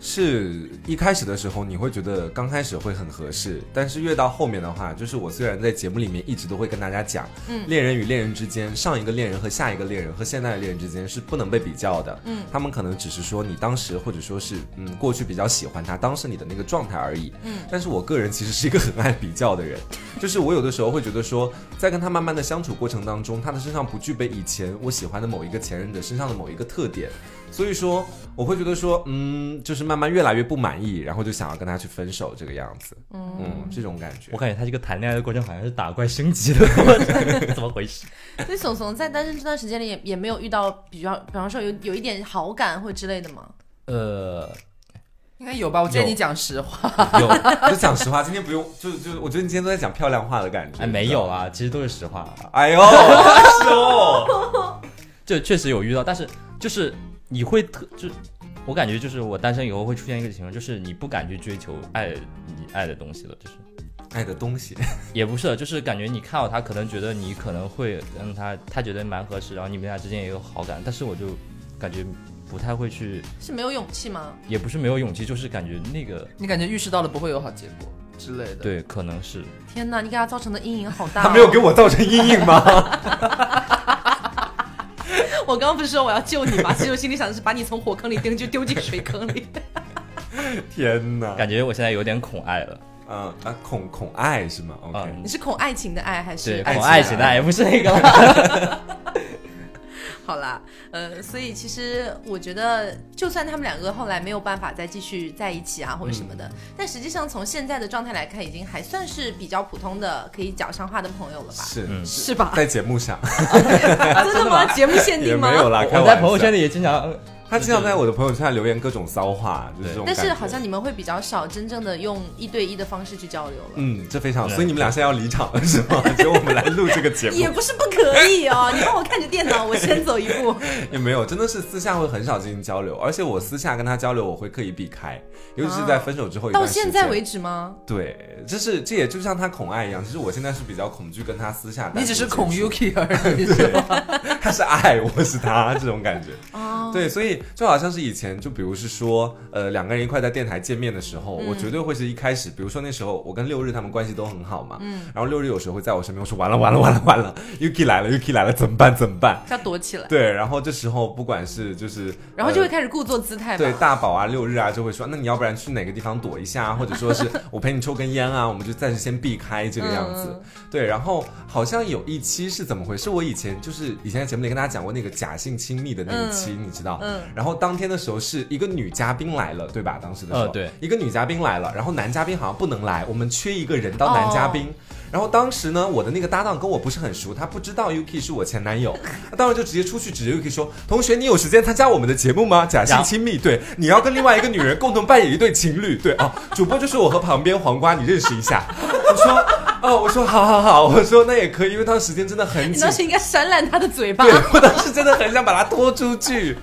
是一开始的时候，你会觉得刚开始会很合适，但是越到后面的话，就是我虽然在节目里面一直都会跟大家讲，嗯，恋人与恋人之间，上一个恋人和下一个恋人和现在的恋人之间是不能被比较的，嗯，他们可能只是说你当时或者说是嗯过去比较喜欢他，当时你的那个状态而已，嗯，但是我个人其实是一个很爱比较的 [LAUGHS] 人，就是我有的时候会觉得说，在跟他慢慢的相处过程当中，他的身上不具备以前我喜欢的某一个前任的身上的某一个特点，所以说我会觉得说，嗯，就是慢慢越来越不满意，然后就想要跟他去分手这个样子。嗯，这种感觉
我。感觉他这个谈恋爱的过程好像是打怪升级的 [LAUGHS] 过程，怎么回事？
所以怂怂在单身这段时间里也也没有遇到比较，比方说有有一点好感或之类的吗？
呃，
应该有吧？我建议
有
你讲实话。
有，就讲实话，今天不用，就就我觉得你今天都在讲漂亮话的感觉。
哎，没有啦，其实都是实话。啊
哎呦，是哦，
就确实有遇到，但是就是你会特就，我感觉就是我单身以后会出现一个情况，就是你不敢去追求爱你爱的东西了，就是
[LAUGHS] 爱的东西，
啊
也不是，就是感觉你看到他，可能觉得你可能会跟他，他觉得蛮合适，然后你们俩之间也有好感，但是我就感觉不太会去，
是没有勇气吗？
也不是没有勇气，就是感觉那个
你感觉预示到了不会有好结果之类的。，
对，可能是
天哪，你给他造成的阴影好大、哦。
[LAUGHS] 他没有给我造成阴影吗？
[LAUGHS] 我刚刚不是说我要救你吗？其实我心里想的是把你从火坑里丢就丢进水坑里。
天哪，
感觉我现在有点恐爱了，
嗯啊，恐恐爱是吗？OK，、
嗯
你，是恐爱情的爱还是
对，
爱 [LAUGHS]
恐
情？
爱
啊
情的爱不是
[LAUGHS]
那个了，
好啦，呃，所以其实我觉得，就算他们两个后来没有办法再继续在一起啊，或者什么
嗯
的，但实际上从现在的状态来看，已经还算是比较普通的可以讲上话的朋友了吧？
是、
嗯
是吧？
[LAUGHS] 在节目上啊
真的吗？节目限
也
定哎吗？
没有啦，开
我在
玩
朋友
笑
圈里也经常，嗯
他经常在我的朋友圈里留言各种骚话，就是这种
但
感觉。
是好像你们会比较少真正的用一对一的方式去交流了。
嗯，这非常好，
对
所以你们俩现在要离场了是吗？ [LAUGHS] 就我们来录这个节目
也不是不可以哦， [LAUGHS] 你帮我看着电脑，我先走一步。
也没有，真的是私下会很少进行交流，而且我私下跟他交流，我会刻意避开，尤其是在分手之后一
啊到
段时
现
间。
在为止吗？
对，就是这也就像他恐爱一样，其实我现在是比较恐惧跟他私下单独
你
接触，
只是恐 Yuki 而已，是吧？
[LAUGHS] 他是爱，我是他这种感觉。
哦，
对，所以就好像是以前，就比如是说，呃，两个人一块在电台见面的时候，我绝对会是一开始，比如说那时候我跟六日他们关系都很好嘛，嗯，然后六日有时候会在我身边我说完了完了完了完了，Yuki 来了 Yuki 来了，怎么办怎么办？
要躲起来，
对，然后这时候不管是就是，
然后就会
呃
开始故作姿态吧。
对大宝啊、六日啊，就会说，那你要不然去哪个地方躲一下
[LAUGHS]
啊，或者说是我陪你抽根烟啊，我们就暂时先避开这个样子。
嗯
对，然后好像有一期是怎么回事？我以前就是以前在节目里跟大家讲过那个假性亲密的那一期，你知道？
嗯
然后当天的时候是一个女嘉宾来了，对吧？当时的
哦
时候，
呃对，
一个女嘉宾来了，然后男嘉宾好像不能来，我们缺一个人
哦
当男嘉宾。然后当时呢，我的那个搭档跟我不是很熟，他不知道 Yuki 是我前男友， [LAUGHS] 他当时就直接出去指着 Yuki 说：“同学，你有时间参加我们的节目吗？假性亲密，对，你要跟另外一个女人共同扮演一对情侣，对啊。”主播就是我和旁边黄瓜，你认识一下。 [LAUGHS] 我说：“哦，我说好好好，我说那也可以，因为当时时间真的很
你
紧
当。时应该扇烂他的嘴巴
[LAUGHS] 对，我当时真的很想把他拖出去，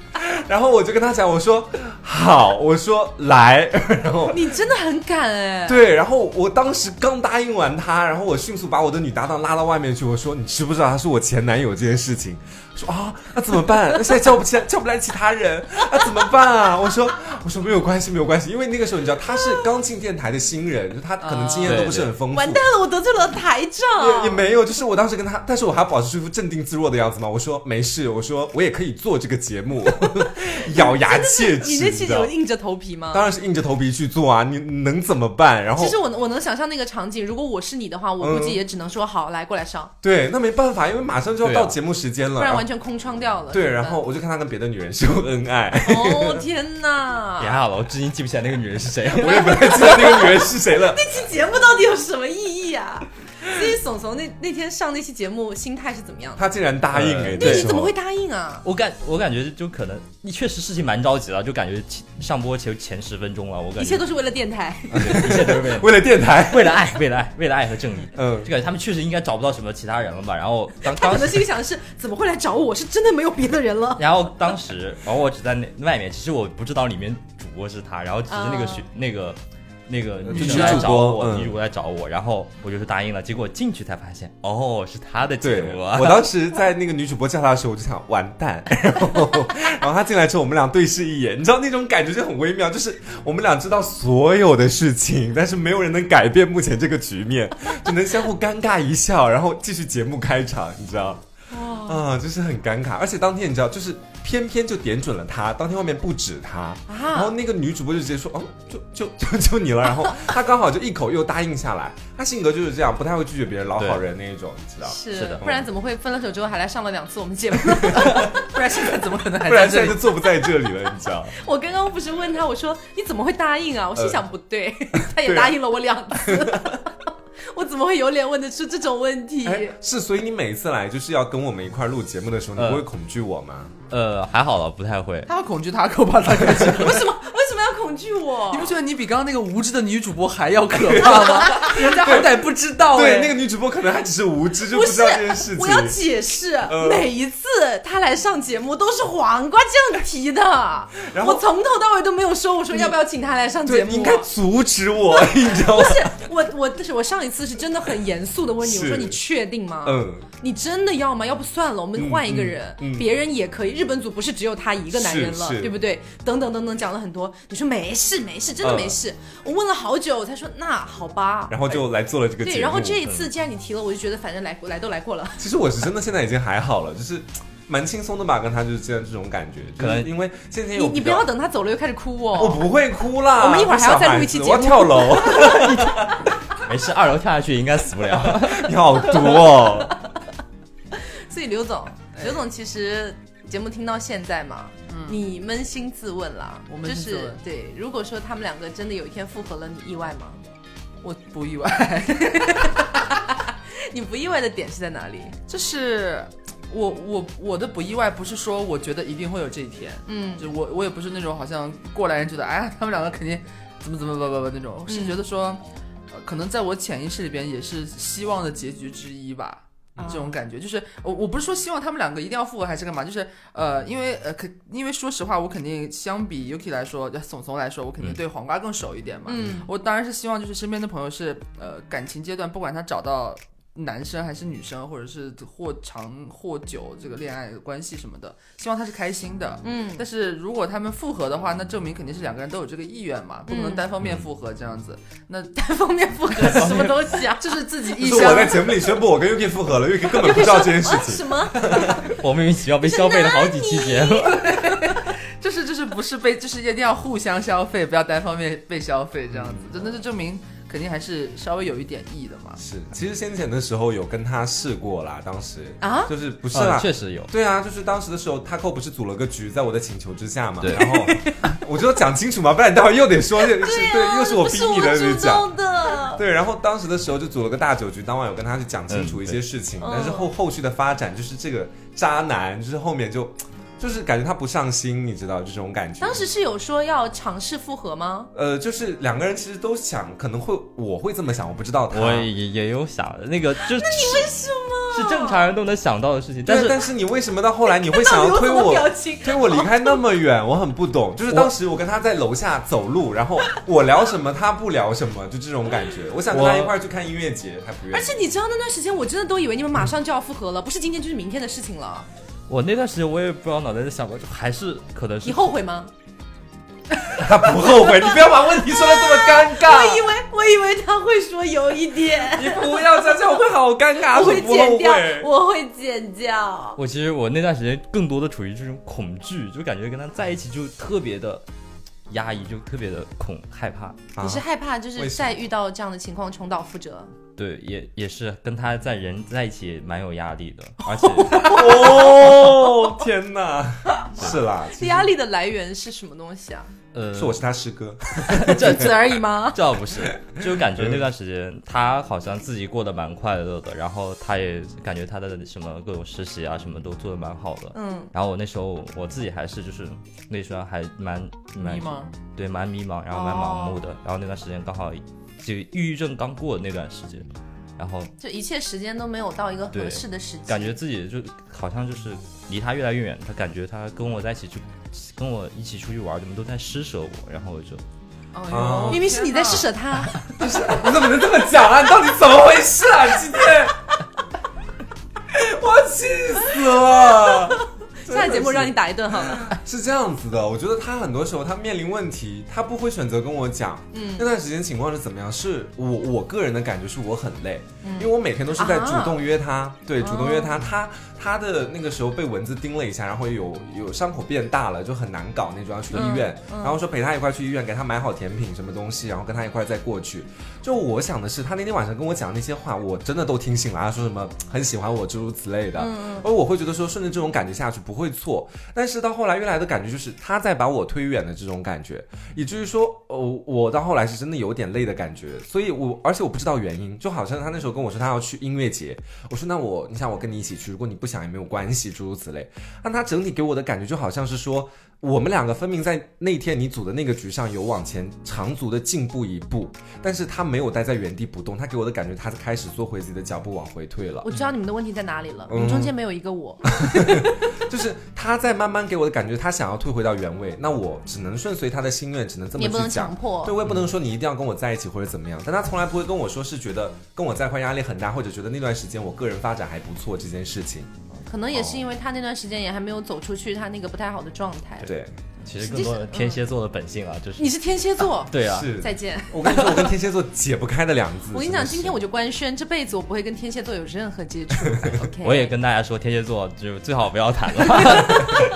然后我就跟他讲，我说好，我说来， [LAUGHS] 然后
你真的很敢哎、
[LAUGHS] 对，然后我当时刚答应完他，然后我迅速把我的女搭档拉到外面去，我说：“你知不知道他是我前男友这件事情？”说啊，那怎么办？那现在叫不起来， [LAUGHS] 叫不来其他人，那、怎么办啊？我说，我说没有关系，没有关系，因为那个时候你知道他是刚进电台的新人，就他可能经验都不是很丰富。
嗯完蛋了，我得罪了台长。
也也没有，就是我当时跟他，但是我还保持出一副镇定自若的样子嘛。我说没事，我说我也可以做这个节目， [LAUGHS] 咬牙切齿。
你那期
知道
有硬着头皮吗？
当然是硬着头皮去做啊，你能怎么办？然后嗯
其实我能我能想象那个场景，如果我是你的话，我估计也只能说好，来过来上，
对，那没办法，因为马上就要
对啊
到节目时间了，
不然完全空窗掉了。
嗯对，
怎么
然
办
后我就看他跟别的女人秀恩
[LAUGHS]
爱， [LAUGHS]
哦天
也
哪，
还好了，我至今记不起来那个女人是谁。
我也不太知道那个女人是谁了。
这期节目到底有什么意义啊？所以怂怂那那天上那期节目心态是怎么样的？
他竟然答应哎、
呃
那
对，
时
你
候
怎么会？答应啊？
我感我感觉就可能，你确实事情蛮着急了，就感觉前上播前前十分钟了，我感觉
一切都是为了电台，
一切都是为了
为了电台，
[LAUGHS] 为了爱，为了爱，为了爱和正义。
嗯
就感觉他们确实应该找不到什么其他人了吧？然后当
他
当 [LAUGHS]
可能
时，
心里想的是怎么会来找我？是真的没有别的人了。
然后当时，然后我只在那外面，其实我不知道里面主播是他，然后只是那个学、那个那个女生
啊呃女
来
主
找
播
我，
嗯
女主播来找我，然后我就是答应了，结果进去才发现，哦，是他的
对
节目啊
我。当时在那个女主播叫他的时候，我就想完
[LAUGHS]
蛋，然后然后他进来之后，我们俩对视一眼，你知道那种感觉就很微妙，就是我们俩知道所有的事情，但是没有人能改变目
[LAUGHS]
前这个局面，只能相互尴尬一笑，然后继续节目开场，你知道。啊，就是很尴尬。而且当天你知道，就是偏偏就点准了他，当天外面不止他， [LAUGHS] 然
啊
后那个女主播就直接说，哦，就就就就你了。然
[LAUGHS]
后他刚好就一口又答应下来。他性格就是这样，不太会拒绝别人，老好人那一种，你知道。嗯
是
是的
不然怎么会分了手之后还来上了两次我们节目？
不然现在怎么可能还
不然
在
现
这
在
里
就？坐不在这里了，你知
[LAUGHS]
道？
我刚刚不是问他，我说你怎么会答应啊？我
呃
心想不对，
啊
他也答应了我两次， [LAUGHS] 我怎么会有脸问得出这种问题？
哎，是，所以你每次来就是要跟我们一块儿录节目的时候，你
呃
不会恐惧我吗？
[LAUGHS] 呃，还好了，不太会。
他会恐惧他可怕，
[LAUGHS]
他感觉。
为什么为什么要恐惧我
你不？觉得你比刚刚那个无知的女主播还要可怕吗？
[LAUGHS]
人家好歹不知
哦
道
对，
哎，
那个女主播可能还只是无知，就
不
知
是
道这件事，
我要
情。
解释，
呃
每一次他来上节目都是黄瓜这样提的，
[LAUGHS] 然后
我从头到尾都没有说我说要不要请他来上节
对，你
目啊
应。该阻止我， [LAUGHS] 你知道吗？
我我但是我上一次是真的很严肃的问你，我
是
说你确定吗？
嗯，
你真的要吗？要不算了，我们换一个人，
嗯嗯
别人也可以。日本组不是只有他一个男人了，
是是
对不对？等等等等，讲了很多。你说没事没事，真的没事。我问了好久，我才说那好吧。
呃
哎
然后就来做了这个节目。嗯
对，然后这一次既然你提了，我就觉得反正来来都来过了。
其实我是真的现在已经还好了，就是蛮轻松的吧，跟他就是现在这种感觉，
可
就
能
是因为现在有
你你
比
不
较
要等他走了又开始哭
哎我
哦。
不会哭啦，
我们一会儿还要再录一期
小
节
孩
目
子我要跳
[LAUGHS]
楼，
没事，二楼跳下去也应该死不了。
[LAUGHS] 你好毒哦！
所以刘总，
哎
刘总其实节目听到现在嘛，你扪心自问啦，
嗯我扪心自
就是
问
对，如果说他们两个真的有一天复合了，你意外吗？
我不意外。
你不意外的点是在哪里？
就是我我我的不意外，不是说我觉得一定会有这一天，
嗯
就我我也不是那种好像过来人觉得，哎呀，他们两个肯定怎么怎么怎么那种，是觉得说、呃可能在我潜意识里边也是希望的结局之一吧。
嗯
这
啊
种感觉就是我，我不是说希望他们两个一定要复合还是干嘛，就是呃，因为呃，可因为说实话，我肯定相比 Yuki 来说，呃怂怂来说，我肯定对黄瓜更熟一点嘛。
嗯
我当然是希望就是身边的朋友是呃感情阶段，不管他找到男生还是女生，或者是或长或久这个恋爱关系什么的，希望他是开心的。
嗯，
但是如果他们复合的话，那证明肯定是两个人都有这个意愿嘛，不可能
嗯
单方面复合这样子。那
[LAUGHS] 单方面复合是什么东西 [LAUGHS] 啊？
就是自己一
就是我在
厢，
节目里宣布我跟 Yuki 复合了，Yuki 根本不知道这件事
啊
情。
[LAUGHS] 什么？
我莫名其妙被消费了好几期节目。啊
就是就是不是被，就是一定要互相消费，不要单方面被消费这样子，真的是证明肯定还是稍微有一点意的嘛。
是，其实先前的时候有跟他试过啦，当时
啊
就是不是
啊
啦，
确实有。
对啊，就是当时的时候，Taco 不是组了个局，在我的请求之下嘛，
对
然
[LAUGHS]
后我就要讲清楚嘛，不然你待会儿又得说，又是
[LAUGHS] 对
对，
啊，
又是我逼你的，
主
你讲。
动的。
对，然后当时的时候就组了个大酒局，当晚有跟他去讲清楚一些事情，
嗯对
但是后后续的发展就是这个渣男，就是后面就就是感觉他不上心，你知道就这种感觉。
当时是有说要尝试复合 [LAUGHS] 吗？
呃，就是两个人其实都想，可能会我会这么想，我不知道他。
我也也有想那个，就是那你为什么是正常人都能想到的事情？
对
但
啊
是
但是你为什么到后来你会
到
想要
底有
啊推
什么
我
表情？
推我离开那么远，我很不懂。就是当时我跟他在楼下走路，然后我聊什么他不聊什么，就这种感觉。我想跟他
我
一块儿去看音乐节，他不愿
而
意。
且你知道那段时间，我真的都以为你们马上就要复合了，不是今天就是明天的事情了。
我那段时间我也不知道脑袋在想什么，就还是可能是
你后悔吗？
他不后悔，你不要把问题说的这么尴
我以
尬，
为我以为他会说有一 [LAUGHS] 点，
你不要这样，这样我会好尴尬。
我
说
会
不后
剪掉，
悔。
我会剪掉。
我其实我那段时间更多的处于这种恐惧，就感觉跟他在一起就特别的压抑，就特别的恐害怕。
啊
你是害怕就是
为什么
再遇到这样的情况重蹈覆辙？
对，也也是跟他在人在一起也蛮有压力的，
[LAUGHS]
而且
哦，天哪，是啦，其实
压力的来源是什么东西 [LAUGHS] 啊？
呃，
是我是他师哥，
仅此而已
[LAUGHS]
吗？
这倒不是，就感觉那段时间他好像自己过得蛮快乐的，然后他也感觉他的什么各种实习啊什么都做得蛮好的。
嗯，
然后我那时候我自己还是就是那时候还蛮蛮
迷茫，
对，蛮迷茫，然后蛮盲目的。然后那段时间刚好就抑郁症刚过的那段时间，然后
就一切时间都没有到一个合
对
适的时机，
感觉自己就好像就是离他越来越远，他感觉他跟我在一起就跟我一起出去玩，怎么都在施舍我，然后我就
哦
啊
明明是你在施舍他。 [LAUGHS]
[LAUGHS] 你怎么能这么讲啊？你到底怎么回事啊？今天， [LAUGHS] 我气死了。 [LAUGHS]
下节目让你打一顿好了。
是这样子的，我觉得他很多时候他面临问题，他不会选择跟我讲。嗯，那段时间情况是怎么样？是我我个人的感觉是我很累，因为我每天都是在主动约他，对，主动约他，他他的那个时候被蚊子叮了一下，然后有有伤口变大了，就很难搞那种，要去医院，然后说陪他一块去医院，给他买好甜品什么东西，然后跟他一块再过去。就我想的是，他那天晚上跟我讲那些话，我真的都听醒了，他说什么很喜欢我诸如此类的，而我会觉得说顺着这种感觉下去不会错，但是到后来越来的感觉就是他在把我推远的这种感觉，以至于说，哦，我到后来是真的有点累的感觉，所以我而且我不知道原因，就好像他那时候跟我说他要去音乐节，我说那我你想我跟你一起去，如果你不想也没有关系，诸如此类，但他整体给我的感觉就好像是说我们两个分明在那天你组的那个局上有往前长足的进步一步，但是他没有待在原地不动，他给我的感觉他开始做回自己的脚步往回退了。
我知道你们的问题在哪里了，
嗯
你们中间没有一个我，
就是他在慢慢给我的感觉，他想要退回到原位，那我只能顺随他的心愿，只能这
你
么
也不能
去
强
讲。
迫
对，。我也不能说你一定要跟我在一起或者怎么样，但他从来不会跟我说是觉得跟我在一块压力很大，或者觉得那段时间我个人发展还不错这件事情。
可能也是因为他那段时间也还没有走出去他那个不太好的状态。
对，
其实更多的天蝎座的本性啊，就是
你是天蝎座，
对啊，
是
再见。
我跟你说，我跟天蝎座解不开的两个字。
我跟你讲，
真的是
今天我就官宣，这辈子我不会跟天蝎座有任何接
[LAUGHS]
触。OK，
我也跟大家说，天蝎座就最好不要谈了，
[LAUGHS]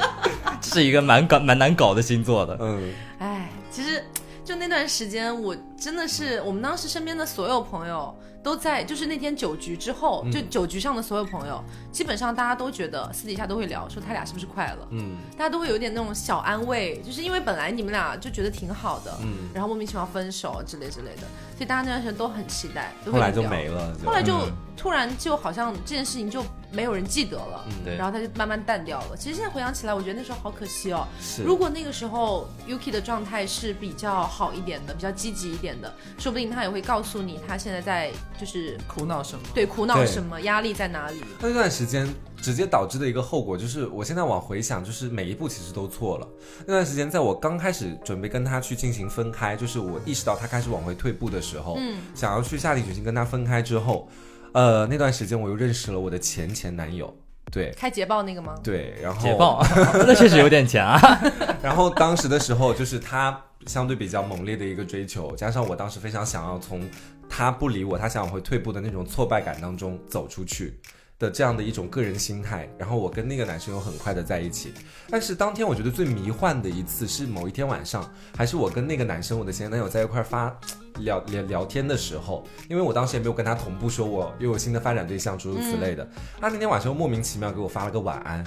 这是一个蛮搞蛮难搞的星座的。
嗯，
哎，其实就那段时间，我真的是我们当时身边的所有朋友都在，就是那天酒局之后，就
嗯
酒局上的所有朋友，基本上大家都觉得私底下都会聊，说他俩是不是快乐，
嗯，
大家都会有一点那种小安慰，就是因为本来你们俩就觉得挺好的，
嗯
然后莫名其妙分手啊之类之类的，所以大家那段时间都很期待，都
后
会
来就
聊
没了。
后来就
嗯
突然就好像这件事情就没有人记得了，
嗯
对
然后他就慢慢淡掉了。其实现在回想起来，我觉得那时候好可惜哦。
是
如果那个时候 Yuki 的状态是比较好一点的，比较积极一点的，说不定他也会告诉你他现在在就是
苦恼什么？
对苦恼
对
什么，压力在哪里。
那段时间直接导致的一个后果，就是我现在往回想，就是每一步其实都错了。那段时间，在我刚开始准备跟他去进行分开，就是我意识到他开始往回退步的时候，
嗯，
想要去下定决心跟他分开之后，呃，那段时间我又认识了我的前前男友，对
开捷豹那个吗？
对，然后
捷豹，啊， [LAUGHS] 那确实有点钱
[LAUGHS]
啊。
然后当时的时候，就是他相对比较猛烈的一个追求，加上我当时非常想要从他不理我，他想会退步的那种挫败感当中走出去的这样的一种个人心态。然后我跟那个男生又很快的在一起，但是当天我觉得最迷幻的一次是某一天晚上，还是我跟那个男生，我的前男友在一块儿发。聊聊聊天的时候，因为我当时也没有跟他同步说我又有新的发展对象，诸如此
嗯
类的。他那天晚上又莫名其妙给我发了个晚安，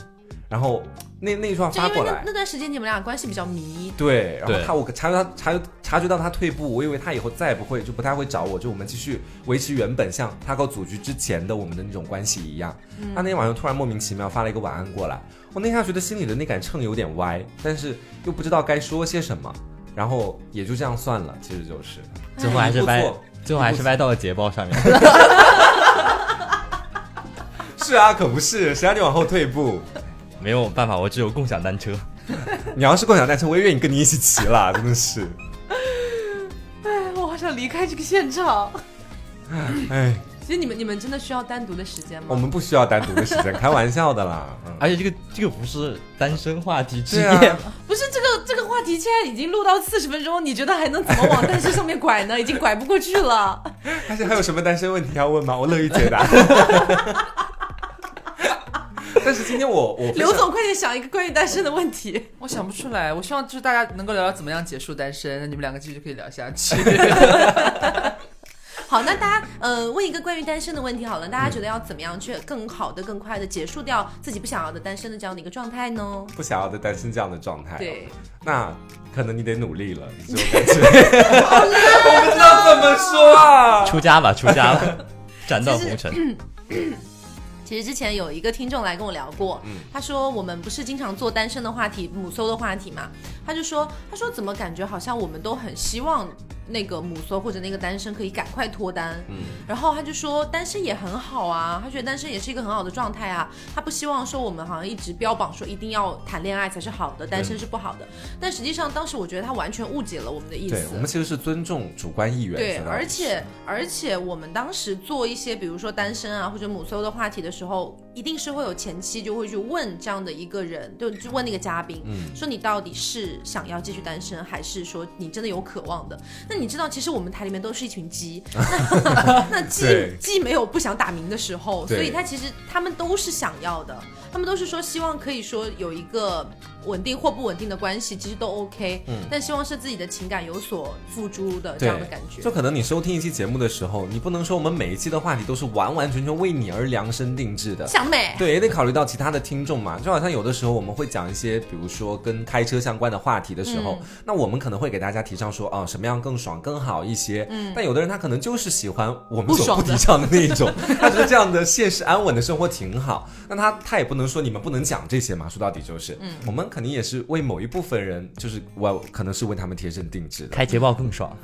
然后那那一串
就
发
因为
过来
那，那段时间你们俩关系比较迷，
对，然后
对
他我察觉到察觉察觉到他退步，我以为他以后再也不会就不太会找我，就我们继续维持原本像他跟我组局之前的我们的那种关系一样。他那天晚上突然莫名其妙发了一个晚安过来，我那下觉得心里的那杆秤有点歪，但是又不知道该说些什么，然后也就这样算了，其实就是
最后还是
不
歪
错，
最后还是歪到了捷豹上面。
是啊，可不是，谁让你往后退步？
没有办法，我只有共享单车。
你要是共享单车，我也愿意跟你一起骑啦，真的是，
哎，我好想离开这个现场。
哎，
其实你们你们真的需要单独的时间
我
吗？
们不需要单独的时间，开玩笑的啦，嗯。
而且这个这个不是单身话题之
对
夜，
啊，
不是这个这个话题，现在已经录到四十分钟，你觉得还能怎么往单身上面拐呢？已经拐不过去
[LAUGHS]
了。
但是还有什么单身问题要问吗？我乐于解答。但是今天我我
刘总，快点想一个关于单身的问题。
我想不出来。我希望就是大家能够聊聊怎么样结束单身，那你们两个继续可以聊下去。 [LAUGHS]
好，那大家呃问一个关于单身的问题好了，大家觉得要怎么样去更好的、更快的结束掉自己不想要的单身的这样的一个状态呢？
不想要的单身这样的状态，哦
对，
那可能你得努力了，是我
[LAUGHS]
感觉。 [LAUGHS] 我不知道怎么说啊。嗯
出家吧，出
[LAUGHS]
家吧，斩断红尘。
其实之前有一个听众来跟我聊过，
嗯
他说我们不是经常做单身的话题、母搜的话题嘛，他就说，他说怎么感觉好像我们都很希望那个母搜或者那个单身可以赶快脱单，
嗯
然后他就说单身也很好啊，他觉得单身也是一个很好的状态啊，他不希望说我们好像一直标榜说一定要谈恋爱才是好的，单身是不好的，但实际上当时我觉得他完全误解了我们的意思
对，我们其实是尊重主观意愿。
对，
是吧
而且而且我们当时做一些，比如说单身啊或者母搜的话题的时候，一定是会有前期就会去问这样的一个人，就就问那个嘉宾，
嗯
说你到底是想要继续单身，还是说你真的有渴望的？那你知道，其实我们台里面都是一
[LAUGHS]
群鸡，那那鸡
对
鸡没有不想打鸣的时候，
对
所以他其实他们都是想要的，他们都是说希望可以说有一个稳定或不稳定的关系，其实都 OK，、
嗯
但希望是自己的情感有所付诸的这样的感觉
就。可能你收听一期节目的时候，你不能说我们每一期的话题都是完完全全为你而量身定制的。
想美，
对，也得考虑到其他的听众嘛。就好像有的时候我们会讲一些，比如说跟开车相关的话题的时
嗯
候，那我们可能会给大家提倡说，哦，什么样更爽、更好一些。嗯。但有的人他可能就是喜欢我们
不
所
爽
不
的
提倡的那一种，他觉得这样的现实安稳的生活挺好。那他他也不能说你们不能讲这些嘛，说到底就是，嗯，我们肯定也是为某一部分人，就是我可能是为他们贴身定制的。
开捷豹更
[LAUGHS]
爽。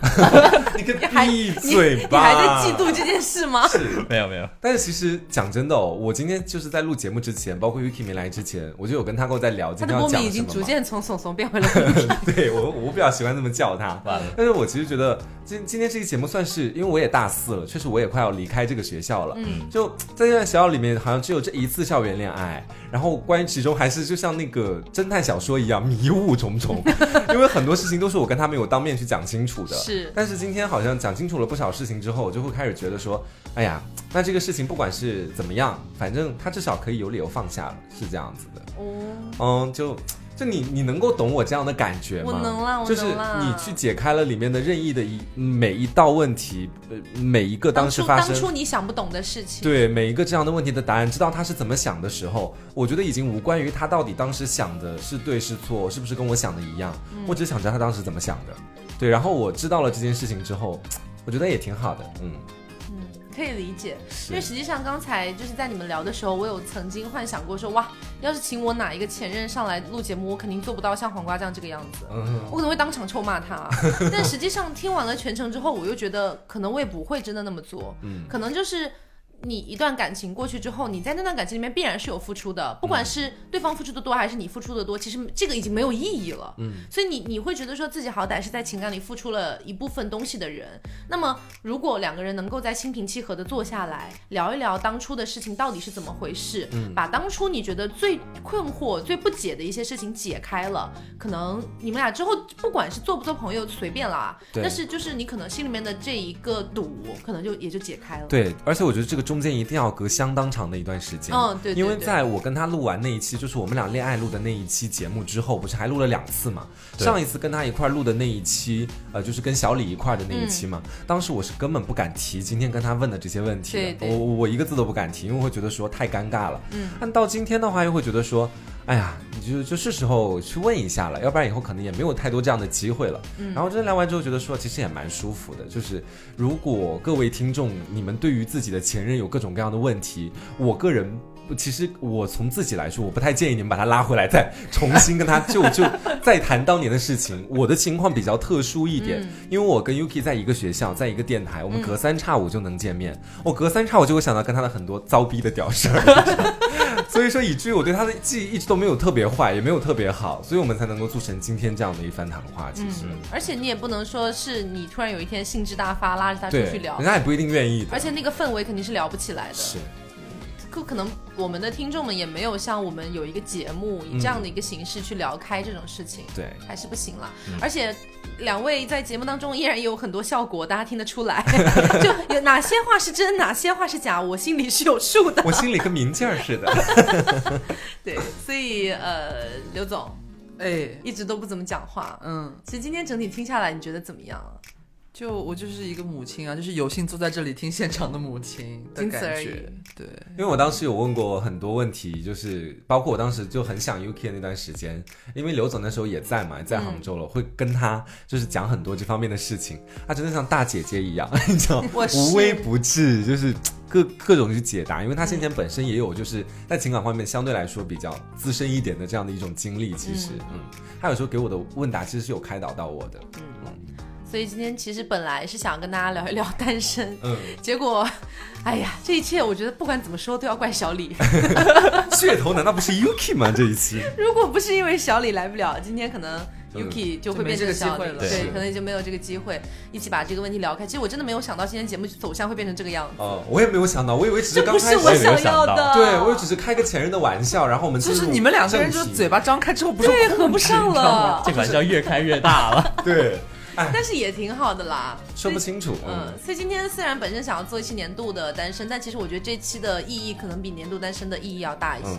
你个
还
闭
你
嘴
你
吧！
还在嫉妒这件事吗？
没有没有，
但是其实讲真的哦，我今天就是在录节目之前，包括 Yuki 没来之前，我就有跟他跟我在聊
他
今
的
天要
波
讲
米已
什
经
么
逐
嘛。
渐从怂怂变回了波米
[LAUGHS] 对我，我比较喜欢这么叫他。
完了，
但是我其实觉得今今天这期节目算是，因为我也大四了，确实我也快要离开这个学校了。嗯，就在这段学校里面，好像只有这一次校园恋爱，然后关于其中还是就像那个侦探小说一样迷雾重
[LAUGHS]
重，因为很多事情都是我跟他没有当面去讲清楚的。
是
但是今天好像讲清楚了不少事情之后，我就会开始觉得说，哎呀，那这个事情不管是怎么样，反正他至少可以有理由放下了，是这样子的。
哦。
嗯，就就你你能够懂我这样的感觉吗？
我能啊啦我
就是
能啦
你去解开了里面的任意的一每一道问题，呃，每一个当时
初
发
当
生。
初你想不懂的事情，
对每一个这样的问题的答案，知道他是怎么想的时候，我觉得已经无关于他到底当时想的是对是错，是不是跟我想的一样。我只想知道他当时怎么想的。对，然后我知道了这件事情之后，我觉得也挺好的。嗯，
可以理解。因为实际上刚才就是在你们聊的时候，我有曾经幻想过说，哇，要是请我哪一个前任上来录节目，我肯定做不到像黄瓜酱这个样子。
嗯
我可能会当场臭骂
[LAUGHS]
他，但实际上听完了全程之后，我又觉得可能我也不会真的那么做，可能就是你一段感情过去之后，你在那段感情里面必然是有付出的，不管是对方付出的多还是你付出的多，其实这个已经没有意义了。嗯，所以你你会觉得说自己好歹是在情感里付出了一部分东西的人。那么如果两个人能够在心平气和的坐下来聊一聊当初的事情到底是怎么回事，把当初你觉得最困惑、最不解的一些事情解开了，可能你们俩之后不管是做不做朋友随便啦，
对
但是就是你可能心里面的这一个堵，可能就也就解开了。
对，而且我觉得这个中间一定要隔相当长的一段时间。
嗯对对
因为
对
在我跟他录完那一期，就是我们俩恋爱录的那一期节目之后，不是还录了两次嘛？
对
上一次跟他一块儿录的那一期，呃，就是跟小李一块儿的那一期嘛，
嗯
当时我是根本不敢提今天跟他问的这些问题的，
对对
我我我一个字都不敢提，因为我会觉得说太尴尬了。
嗯，
但到今天的话，又会觉得说。哎呀，你就就是时候去问一下了，要不然以后可能也没有太多这样的机会了。
嗯
然后真的聊完之后，觉得说其实也蛮舒服的。就是如果各位听众你们对于自己的前任有各种各样的问题，我个人其实我从自己来说，我不太建议你们把他拉回来，再重新跟他就 [LAUGHS] 就再谈当年的事情。我的情况比较特殊一点，
嗯
因为我跟 Yuki 在一个学校，在一个电台，我们隔三差五就能见面，我隔三差五就会想到跟他的很多糟逼的屌事儿。
[LAUGHS]
所以说，以至于我对他的记忆一直都没有特别坏，也没有特别好，所以我们才能够促成今天这样的一番谈话。其实，
而且你也不能说是你突然有一天兴致大发，拉着他出
对，
去聊
人，家也不一定愿意的。
而且那个氛围肯定是聊不起来的。
是，
可可能我们的听众们也没有像我们有一个节目以这样的
嗯
一个形式去聊开这种事情，
对，
还是不行了。
嗯
而且两位在节目当中依然有很多效果，大家听得
[LAUGHS]
出来，就有哪些话是真，哪些话是假，我心里是有数的。
我心里跟明镜儿似的。 [LAUGHS]
对，所以呃，刘总
哎，
一直都不怎么讲话。
嗯，
其实今天整体听下来，你觉得怎么样啊？
就我就是一个母亲啊，就是有幸坐在这里听现场的母亲的
仅
感
此而
觉
已。
对，
因为我当时有问过很多问题，就是包括我当时就很想 UK 的那段时间，因为刘总那时候也在嘛，在
嗯
杭州了，会跟他就是讲很多这方面的事情。他真的像大姐姐一样， [LAUGHS] 你知道，
我是
无微不至，就是各各种去解答。因为他先前本身也有就是在情感方面相对来说比较资深一点的这样的一种经历，其实，嗯，他有时候给我的问答其实是有开导到我的， [LAUGHS]
所以今天其实本来是想跟大家聊一聊单身，
嗯，
结果，哎呀，这一切我觉得不管怎么说都要怪小李。
噱头难道不是 UK 吗？这一期， [LAUGHS]
如果不是因为小李来不了，今天可能 Yuki 就会变成小林，对，可能就没有这个机会一起把这个问题聊开。其实我真的没有想到今天节目走向会变成这个样子，
哦，我也没有想到，我以为只是
这
刚
不
开
是
始，
我想要
我也没有
的
想到，
对我也只是开个前任的玩笑，然后我们
就是
进入
你们两个人就
正
是
题
嘴巴张开之后不是
对，合不上
哦
了
这，玩笑越开越大
[LAUGHS]
了。
对，
但是也挺好的啦，
说不清楚，嗯
嗯，，所以今天虽然本身想要做一期年度的单身，但其实我觉得这期的意义可能比年度单身的意义要大一些。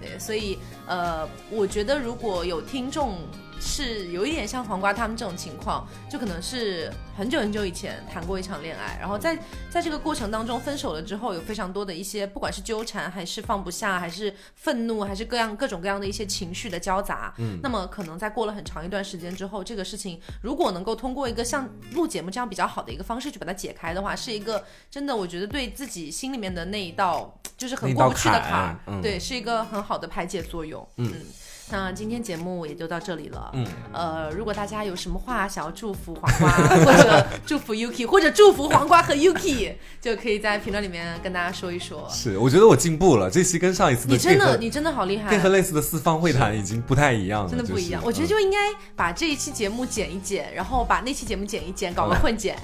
对，所以呃，我觉得如果有听众是有一点像黄瓜他们这种情况，就可能是很久很久以前谈过一场恋爱，然后在在这个过程当中分手了之后，有非常多的一些不管是纠缠还是放不下，还是愤怒，还是各样各种各样的一些情绪的交杂。嗯，那么可能在过了很长一段时间之后，这个事情如果能够通过一个像录节目这样比较好的一个方式去把它解开的话，是一个真的我觉得对自己心里面的那一道就是很过不去的
那一道
坎儿
坎，嗯
对。对，是一个很好的排解作用。嗯。那今天节目也就到这里了。嗯，呃，如果大家有什么话想要祝福黄瓜， [LAUGHS] 或者祝福 Yuki，或者祝福黄瓜和 Yuki，就可以在评论里面跟大家说一说。
是，我觉得我进步了，这期跟上一次
你
的
真
配
的，
合
你真的好厉害
配，合类似的四方会谈已经不太一样了，
真的不一样。
就是嗯
我觉得就应该把这一期节目剪一剪，然后把那期节目剪一剪，搞个混
[LAUGHS]
剪，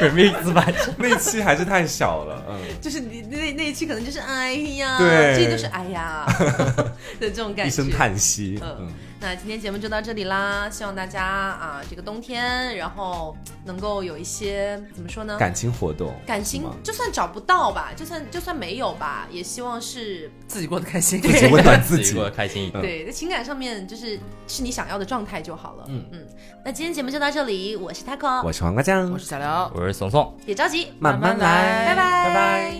remix 版
嗯那期还是太小了，嗯。
就是你那那一期可能就是哎呀，
对
这就是哎
[LAUGHS]
呀的这种感觉，
一声叹息，
嗯
嗯，
那今天节目就到这里啦，希望大家啊，这个冬天，然后能够有一些怎么说呢？
嗯感情活动，
感情
是吗
就算找不到吧，就算就算没有吧，也希望是
自己过得开心。
自己温暖自
己 [LAUGHS]
己
过，得开心一点。
嗯
对在情感上面就是是你想要的状态就好了。
嗯
嗯，那今天节目就到这里，我是 Taco，
我是黄瓜酱
我，是小廖，
我是怂怂，
别着急，
慢慢来，
拜拜
拜拜。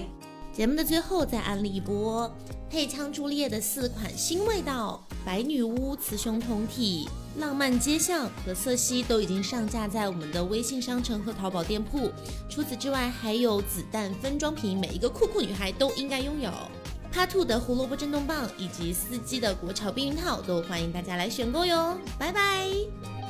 节目的最后再安利一波配枪朱丽叶的四款新味道：白女巫、雌雄同体、浪漫街巷和瑟西都已经上架在我们的微信商城和淘宝店铺。除此之外，还有子弹分装瓶，每一个酷酷女孩都应该拥有。帕兔的胡萝卜震动棒以及司机的国潮避孕套都欢迎大家来选购哟，拜拜。